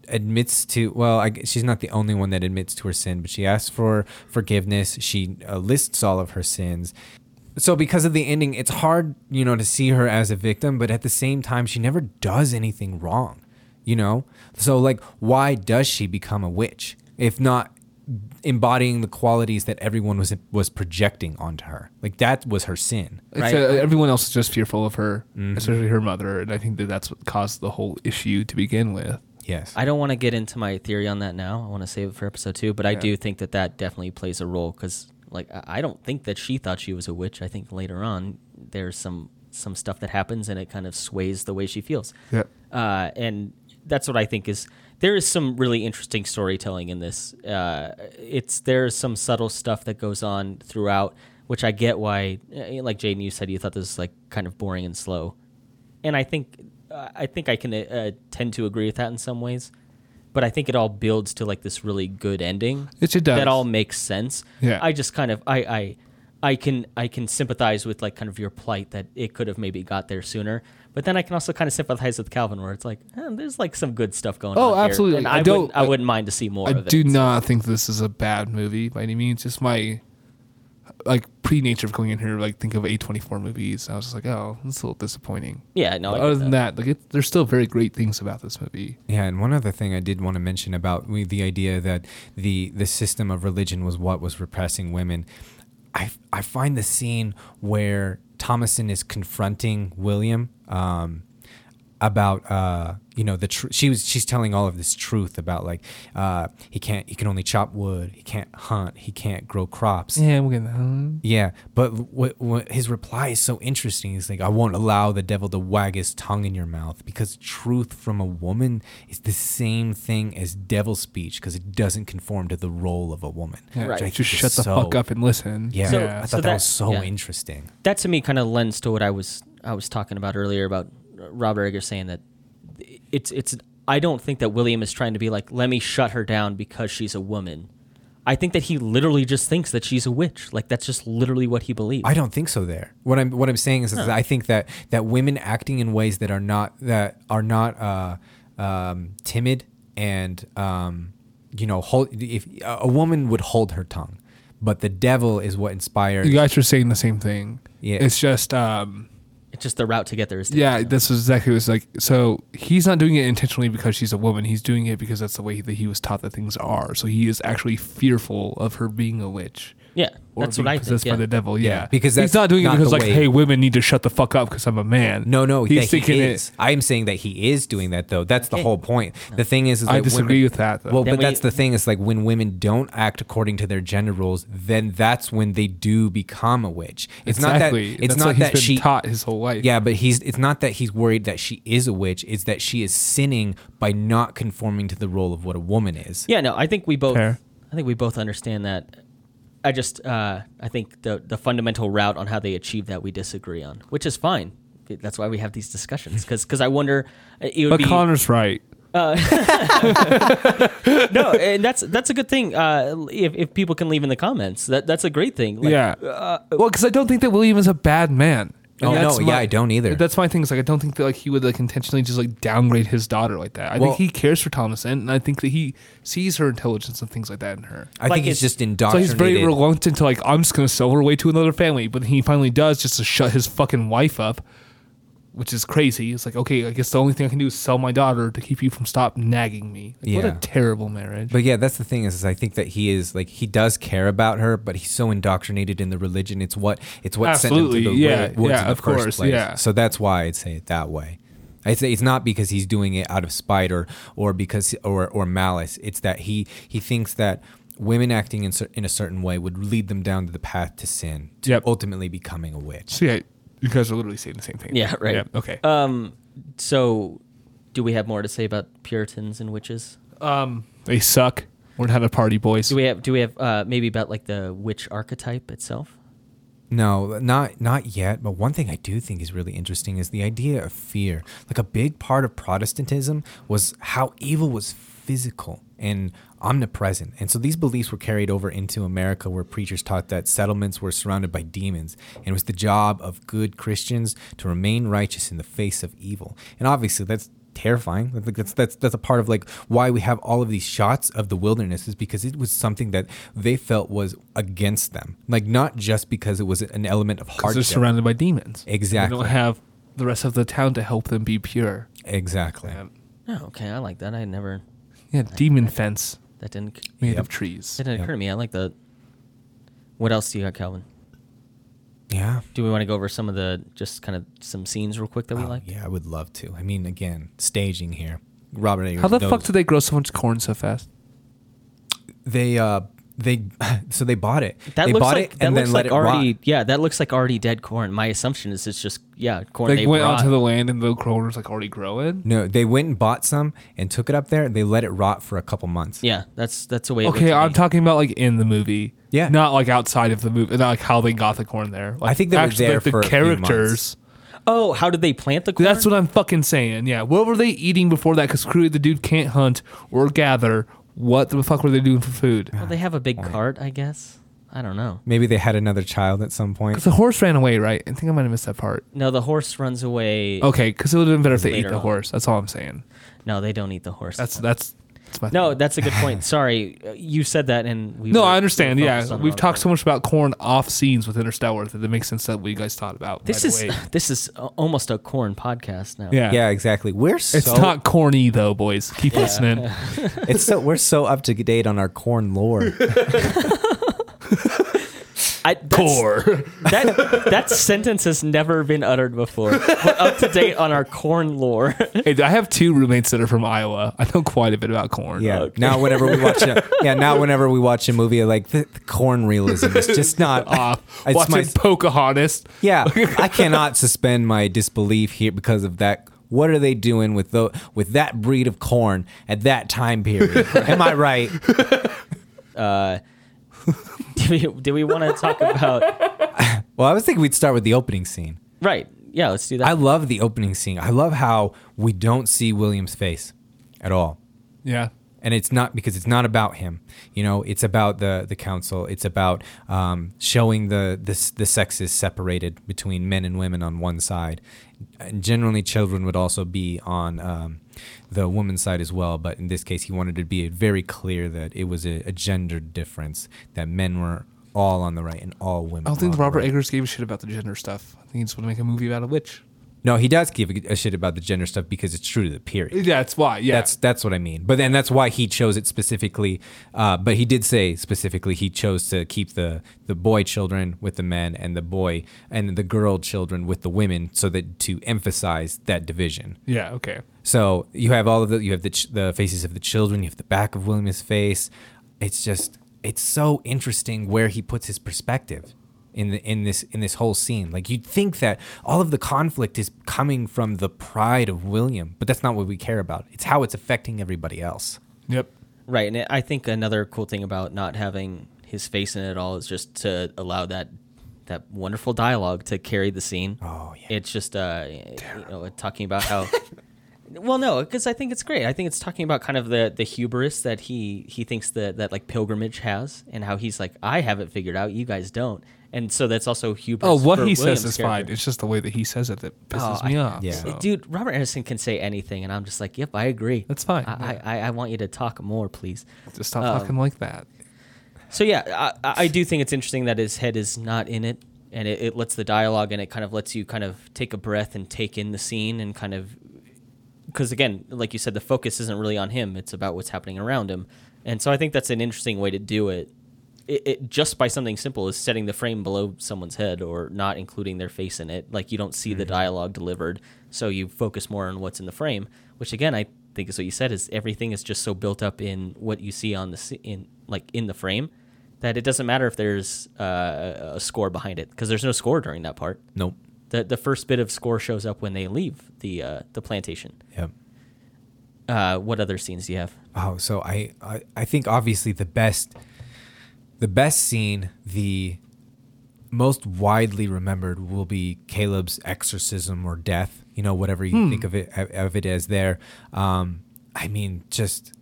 admits to, well, I, g- she's not the only one that admits to her sin, but she asks for forgiveness. She uh, lists all of her sins. So, because of the ending, it's hard, you know, to see her as a victim, but at the same time, she never does anything wrong, you know? So, like, why does she become a witch? If not embodying the qualities that everyone was was projecting onto her. Like that was her sin.
It's
Right.
uh, everyone else is just fearful of her, especially her mother, and I think that that's what caused the whole issue to begin with.
Yes.
I don't want to get into my theory on that now. I want to save it for episode two, but I do think that that definitely plays a role because, like, I I don't think that she thought she was a witch. I think later on there's some some stuff that happens and it kind of sways the way she feels.
Yep.
Uh, and that's what I think is there is some really interesting storytelling in this. Uh, it's there's some subtle stuff that goes on throughout, which I get why, eh, like Jaden, you said you thought this was like kind of boring and slow, and I think I think I can uh, tend to agree with that in some ways, but I think it all builds to like this really good ending.
It- it does.
that all makes sense.
Yeah.
I just kind of I I I can I can sympathize with like kind of your plight that it could have maybe got there sooner. But then I can also kind of sympathize with Calvin where it's like eh, there's like some good stuff going
Oh,
on. here,
absolutely.
and
I
I,
don't-
wouldn't, I,
I-
wouldn't mind to see more
I
of it.
do not think this is a bad movie by any means. Just my like pre nature of going in here, like think of A twenty four movies. I was just like, oh, it's a little disappointing.
Yeah, no. I
Other
get
than that, like it, there's still very great things about this movie.
Yeah, and one other thing I did want to mention about we- the idea that the the system of religion was what was repressing women. I I find the scene where Thomason is confronting William um, about uh, you know the tr- she was she's telling all of this truth about like uh, he can't he can only chop wood he can't hunt he can't grow crops
Yeah, we're gonna.
yeah, but what, what his reply is so interesting. He's like, "I won't allow the devil to wag his tongue in your mouth because truth from a woman is the same thing as devil speech because it doesn't conform to the role of a woman."
Yeah,
Right.
Which I think
Just
is
shut the
so-
fuck up and listen.
Yeah,
So-
I thought
so
that,
that-
was so
yeah.
interesting.
that to me kind of lends to what I was I was talking about earlier about uh, Robert Eggers saying that it's it's I don't think that William is trying to be like let me shut her down because she's a woman. I think that he literally just thinks that she's a witch. Like that's just literally what he believes.
I don't think so. There, what I'm what I'm saying is, is I think that that women acting in ways that are not that are not uh, um, timid and um, you know, hold, if a woman would hold her tongue, but the devil is what inspires.
You guys are saying the same thing.
Yeah.
It's just um
it's just the route to get there is to
yeah, this is exactly what it's like. So he's not doing it intentionally because she's a woman. He's doing it because that's the way that he was taught that things are. So he is actually fearful of her being a witch.
Yeah,
Or
that's what
being
I
possessed
think. Yeah.
by the devil. Yeah,
Yeah, because that's
he's not doing
not
it because
the
like,
way-
hey, women need to shut the fuck up because I'm a man.
No, no,
he's
that
thinking
he
it.
is. I am saying that he is doing that though. That's the whole point. The thing is, is
I
that
disagree
women-
with that. Though.
Well,
Then
but
we-
that's the thing. It's like when women don't act according to their gender roles, then that's when they do become a witch. It's
exactly.
not that. It's
That's
not
what he's
that
been
she.
taught his whole life.
Yeah, but he's. It's not that he's worried that she is a witch. It's that she is sinning by not conforming to the role of what a woman is.
Yeah, no, I think we both.
Fair.
I think we both understand that. I just, uh, I think the the fundamental route on how they achieve that we disagree on, which is fine. That's why we have these discussions, because I wonder it would
but
be
Connor's right.
no, and that's that's a good thing. Uh, if if people can leave in the comments, that that's a great thing. Like, uh,
yeah. well, because I don't think that William is a bad man.
Oh,
that's
no, yeah, I don't either.
That's my thing. Is like I don't think that like he would like intentionally just like downgrade his daughter like that. I
Well-
think he cares for Thomason, and I think that he sees her intelligence and things like that in her.
I
Like
think he's
it's-
just
So
indoctrinated.
he's very reluctant to like I'm just gonna sell her away to another family, but he finally does just to shut his fucking wife up, which is crazy. It's like okay, I guess the only thing I can do is sell my daughter to keep you from stop nagging me. Like, What
Yeah.
a terrible marriage.
But yeah, that's the thing is, is I think that he is like he does care about her, but he's so indoctrinated in the religion. It's what it's what
Absolutely,
sent him to the
yeah,
wo- woods
yeah,
in the
of
first
course,
place.
yeah.
So that's why I'd say it that way. I'd say it's not because he's doing it out of spite or or because or or malice. It's that he he thinks that women acting in, cer- in a certain way would lead them down to the path to sin, to
Yep.
ultimately becoming a witch.
so yeah, you guys are literally saying the same thing.
Yeah, right.
okay.
Um. So, do we have more to say about Puritans and witches?
um, they suck. We're not a party boys.
Do we have do we have uh, maybe about like the witch archetype itself?
No, not not yet. But one thing I do think is really interesting is the idea of fear. Like a big part of Protestantism was how evil was physical and omnipresent. And so these beliefs were carried over into America where preachers taught that settlements were surrounded by demons and it was the job of good Christians to remain righteous in the face of evil. And obviously that's terrifying. Like, That's that's that's a part of like why we have all of these shots of the wilderness is because it was something that they felt was against them. Like not just because it was an element of
Because they're
hardship.
surrounded by demons.
Exactly.
They don't have the rest of the town to help them be pure.
exactly.
Um,
Oh, okay, I like that. I never.
Yeah, demon fence.
That didn't c-
made
Yep.
of trees.
that didn't
Yep.
occur to me. I like that. What else do you got, Calvin?
Yeah.
Do we want to go over some of the just kind of some scenes real quick that we
Oh,
like?
Yeah, I would love to. I mean, again, staging here. Robert Eggers.
How the
knows-
fuck did they grow so much corn so fast?
they uh they so they bought it.
That
they
looks
bought
like
it
that
and
looks
then
like
let it
already
rot.
yeah that looks like already dead corn. My assumption is it's just yeah corn
They
they
went
brought.
onto the land and the growers like already growing.
No, they went and bought some and took it up there. and They let it rot for a couple months.
yeah that's that's the way. It looked
Okay,
to
I'm
me.
talking about like in the movie.
Yeah.
Not like outside of the movie. Not like how they got the corn there. Like,
I think they were
actually,
there
like, the
for a few
characters.
Oh, how did they plant the corn?
That's what I'm fucking saying. Yeah. What were they eating before that? Because clearly the dude can't hunt or gather. What the fuck were they doing for food?
Well, they have a big cart, I guess. I don't know.
Maybe they had another child at some point.
Because the horse ran away, right? I think I might have missed that part.
No, the horse runs away.
Okay, because it would have been better if they ate
Later
the
on.
horse. That's all I'm saying.
No, they don't eat the horse.
That's that's. that's my
no,
thing.
that's a good point. Sorry, uh, you said that, and we.
no,
were-
I
we
understand.
were
Yeah,
focused on
we've
the
talked
wrong
so much about corn off scenes with Interstellar that it makes sense that we guys thought about.
thing. This
right
is
away.
this is a- almost a corn podcast now.
yeah,
Yeah, exactly. We're so
It's not corny though, boys. Keep listening.
it's so we're so up to date on our corn lore.
I, that's- That that sentence has never been uttered before. We're up to date on our corn lore.
hey, I have two roommates that are from Iowa. I know quite a bit about corn.
Yeah. Now whenever we watch a yeah, now whenever we watch a movie like the, the corn realism is just not
off.
it's
Uh, Watching
my
Pocahontas.
Yeah, I cannot suspend my disbelief here because of that. What are they doing with the with that breed of corn at that time period? Am I right?
Uh, do we do we want to talk about?
Well, I was thinking we'd start with the opening scene.
Right. Yeah. Let's do that.
I love the opening scene. I love how we don't see William's face at all.
Yeah.
and it's not because it's not about him you know it's about the the council it's about um, showing the, the s- the sexes separated between men and women on one side and generally children would also be on um, the woman's side as well but in this case he wanted to be very clear that it was a, a gender difference that men were all on the right and all women
I don't think
were on the
Robert
right.
Eggers gave a shit about the gender stuff. I think he just want to make a movie about a witch.
no he does give a- a shit about the gender stuff because it's true to the period
Yeah, that's why. Yeah.
That's that's what I mean. But then that's why he chose it specifically. Uh, but he did say specifically he chose to keep the the boy children with the men and the boy and the girl children with the women, so that to emphasize that division.
yeah. Okay.
So you have all of the you have the ch- the faces of the children. You have the back of William's face. It's just it's so interesting where he puts his perspective in the in this in this whole scene. Like you'd think that all of the conflict is coming from the pride of William, but that's not what we care about. It's how it's affecting everybody else.
Yep.
Right, and I think another cool thing about not having his face in it at all is just to allow that that wonderful dialogue to carry the scene.
Oh, yeah.
it's just uh, you know talking about how. well, no, because I think it's great. I think it's talking about kind of the the hubris that he he thinks that that like pilgrimage has, and how he's like, I have it figured out, you guys don't, and so that's also hubris.
Oh, what
for
he
William's
says is
character.
fine. It's just the way that he says it that pisses
Oh,
me
I-
off.
Yeah.
so.
Dude, Robert Anderson can say anything, and I'm just like, yep, I agree.
That's fine,
I,
yeah.
I, I want you to talk more, please.
Just stop
Um,
talking like that.
So yeah, I- I, I do think it's interesting that his head is not in it, and it, it lets the dialogue and it kind of lets you kind of take a breath and take in the scene and kind of because again, like you said, the focus isn't really on him; it's about what's happening around him, and so I think that's an interesting way to do it. It, it just by something simple is setting the frame below someone's head or not including their face in it. Like you don't see the dialogue delivered, so you focus more on what's in the frame. Which again, I think is what you said: is everything is just so built up in what you see on the s- in like in the frame that it doesn't matter if there's uh, a score behind it because there's no score during that part.
Nope.
The the first bit of score shows up when they leave the uh, the plantation
Yep.
uh, what other scenes do you have?
Oh, so I, I I think obviously the best the best scene, the most widely remembered will be Caleb's exorcism or death, you know, whatever you
Hmm.
think of it of it as there. Um, I mean, just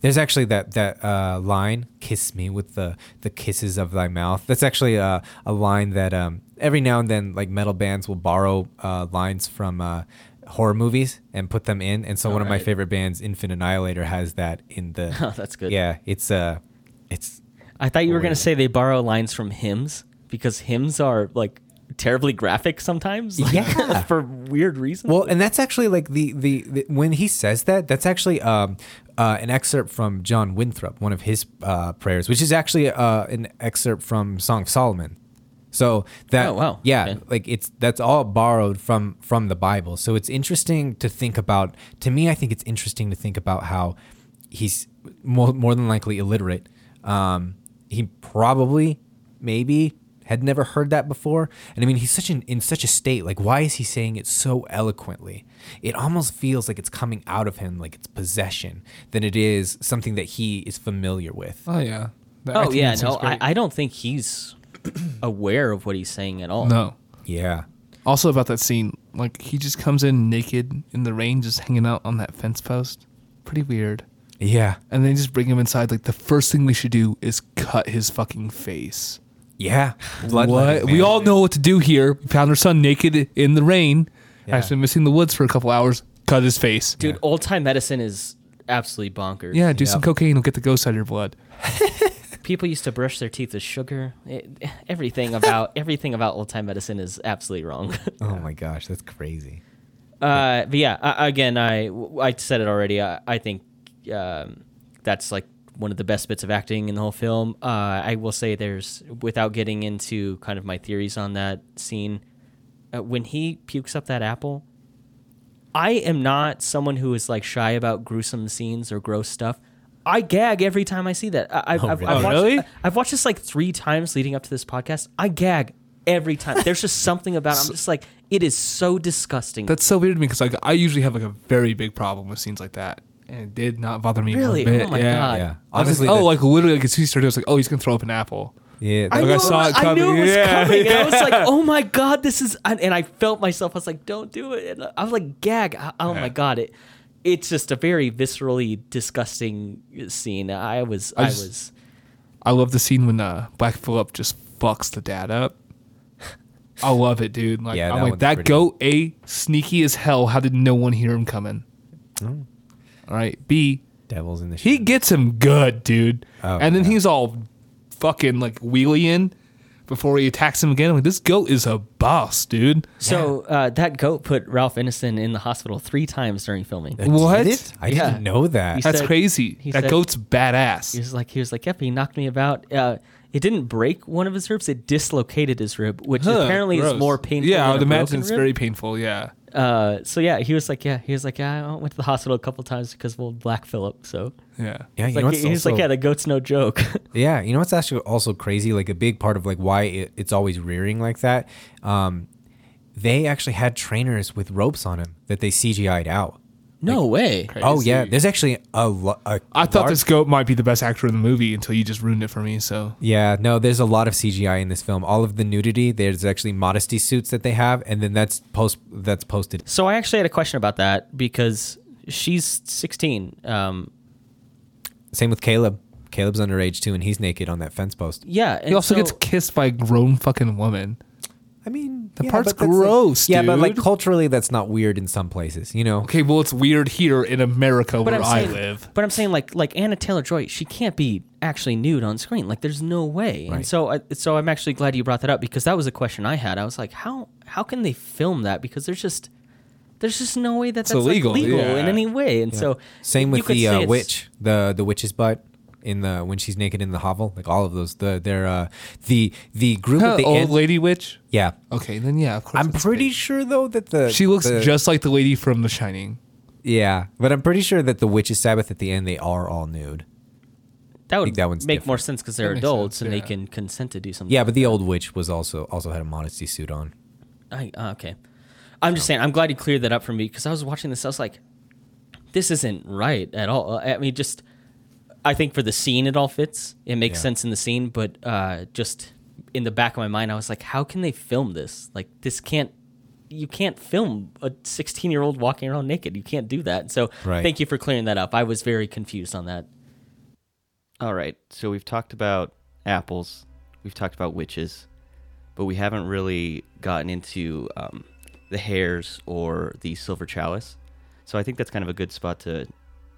there's actually that that uh, line, "Kiss me with the the kisses of thy mouth." That's actually a, a line that um, every now and then, like metal bands will borrow uh, lines from uh, horror movies and put them in. And so one of my
Alright.
favorite bands, Infant Annihilator, has that in the.
Oh, that's good.
Yeah, it's uh, it's
I thought you were going
Wait.
to say they borrow lines from hymns because hymns are like terribly graphic sometimes. like,
Yeah.
for weird reasons.
Well, and that's actually like the the, the when he says that, that's actually um, uh, an excerpt from John Winthrop, one of his uh, prayers, which is actually uh, an excerpt from Song of Solomon. So that
Oh, wow.
yeah,
Okay.
like it's that's all borrowed from from the Bible. So it's interesting to think about. To me, I think it's interesting to think about how he's more, more than likely illiterate. Um, he probably, maybe, had never heard that before. And I mean, he's such an in such a state. Like, why is he saying it so eloquently? It almost feels like it's coming out of him, like it's possession, than it is something that he is familiar with.
Oh yeah. That- I
oh
think
yeah,
that sounds
no, I,
great.
I don't think he's aware of what he's saying at all.
no.
Yeah.
Also about that scene, like he just comes in naked in the rain, just hanging out on that fence post. Pretty weird.
Yeah.
And they just bring him inside. Like the first thing we should do is cut his fucking face.
Yeah.
what?
Bloodletting,
We
man.
all know what to do here. We found our son naked in the rain.
Yeah.
Actually, missing the woods for a couple hours. Cut his face.
Dude, old time medicine is absolutely bonkers.
Yeah, do some
Yeah.
cocaine. We'll get the ghost out of your blood.
People used to brush their teeth with sugar. It- everything about everything about old time medicine is absolutely wrong.
Oh my gosh, that's crazy.
Uh, but yeah, I, again, I I said it already. I, I think um, that's like one of the best bits of acting in the whole film. Uh, I will say there's without getting into kind of my theories on that scene uh, when he pukes up that apple. I am not someone who is like shy about gruesome scenes or gross stuff. I gag every time I see that. I, I've,
Oh,
I've,
really?
I've
Oh,
watched,
really?
I've watched this like three times leading up to this podcast. I gag every time. There's just something about. it. I'm just like it is so disgusting.
That's so weird to me because like I usually have like a very big problem with scenes like that, and it did not bother me.
Really?
One bit.
Oh my
yeah.
God.
Yeah.
I was
Honestly,
like,
that-
oh, like literally, like as soon as he started, I was like, oh, he's gonna throw up an apple.
Yeah.
I,
Like,
knew
I
it
saw
was-
it
I knew
coming.
it was
Yeah,
coming. And I was like, oh my God, this is. And, and I felt myself. I was like, don't do it. And I was like, gag. I- Oh my God. It, it's just a very viscerally disgusting scene. I was. I,
just-
was.
I love the scene when uh, Black Phillip just fucks the dad up. I love it, dude. Like
Yeah,
I'm
that
like
one's
that
pretty-
goat A sneaky as hell. How did no one hear him coming?
Oh.
All right, B
Devils in the
he gets him good, dude.
Oh,
and then
yeah.
he's all fucking like wheeling before he attacks him again. I'm like this goat is a boss, dude.
So uh, that goat put Ralph Innocent in the hospital three times during filming.
That
What?
did it? I
Yeah.
didn't know that.
He
That's
said-
crazy.
he
That
said-
goat's
He
badass.
was like, he was like, yep, he knocked me about. Uh, it didn't break one of his ribs; it dislocated his rib, which
Huh,
apparently
gross.
is more painful.
Yeah,
than
I would
a
imagine
broken
it's
rib.
very painful. Yeah.
Uh, so yeah, he was like, yeah, he was like, yeah, I went to the hospital a couple times because of old Black Phillip. So
Yeah.
yeah, you
like,
know what's
he was like,
also-
yeah, the goat's no joke.
Yeah, you know what's actually also crazy? Like a big part of like why it, it's always rearing like that. Um, they actually had trainers with ropes on him that they CGI'd out.
no way.
Oh
Crazy.
yeah, there's actually a, lo- a
I thought
large-
this goat might be the best actor in the movie until you just ruined it for me. So
Yeah, no, there's a lot of CGI in this film. All of the nudity, there's actually modesty suits that they have, and then that's post that's posted.
So I actually had a question about that because she's 16. Um,
Same with Caleb. Caleb's underage too, and he's naked on that fence post.
yeah. And
he also
so-
gets kissed by a grown fucking woman.
I mean,
The
yeah,
part's
but that's, like-
gross,
yeah, but like
dude.
culturally, that's not weird in some places, you know.
Okay, well it's weird here in America
But
where
I'm saying,
I live.
but I'm saying like like Anna Taylor Joy, she can't be actually nude on screen. Like there's no way. And
Right.
so I, so I'm actually glad you brought that up because that was a question I had. I was like, how how can they film that? Because there's just there's just no way that that's like,
illegal,
legal
yeah.
in any way. And so
Same
you
with
could
the
say
uh,
it's-
witch, the the witch's butt in the when she's naked in the hovel, like all of those. The their uh, the the group at
Huh,
the
Oh,
old
end.
lady witch.
Yeah,
Okay, then yeah, of course.
I'm
it's
pretty
fake.
sure though that the
She looks
the-
just like the lady from The Shining.
yeah, but I'm pretty sure that the witch's Sabbath at the end they are all nude.
that would
think that one's
make
different.
more sense because they're
makes
adults
sense,
and
yeah.
they can consent to do something.
Yeah, but the old witch was also also had a modesty suit on.
I, uh, okay. I'm just saying. I'm glad you cleared that up for me because I was watching this. I was like, this isn't right at all. I mean, just I think for the scene, it all fits. It makes
Yeah.
sense in the scene, but uh, just in the back of my mind, I was like, how can they film this? Like, this can't. You can't film a 16 year old walking around naked. You can't do that. So
Right.
thank you for clearing that up. I was very confused on that.
All right. So we've talked about apples, we've talked about witches, but we haven't really gotten into um, the hares or the silver chalice. So I think that's kind of a good spot to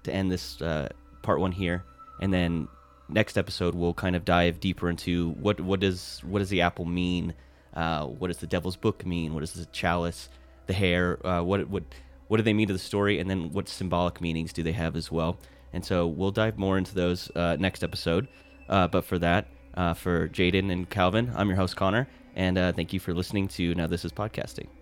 to end this uh, part one here, and then next episode we'll kind of dive deeper into what what does what does the apple mean.
Uh, what does the Devil's Book mean? What does the chalice, the hair? Uh, what what what do they mean to the story? And then what symbolic meanings do they have as well? And so we'll dive more into those uh, next episode. Uh, but for that, uh, for Jaden and Calvin, I'm your host Connor, and uh, thank you for listening to Now This Is Podcasting.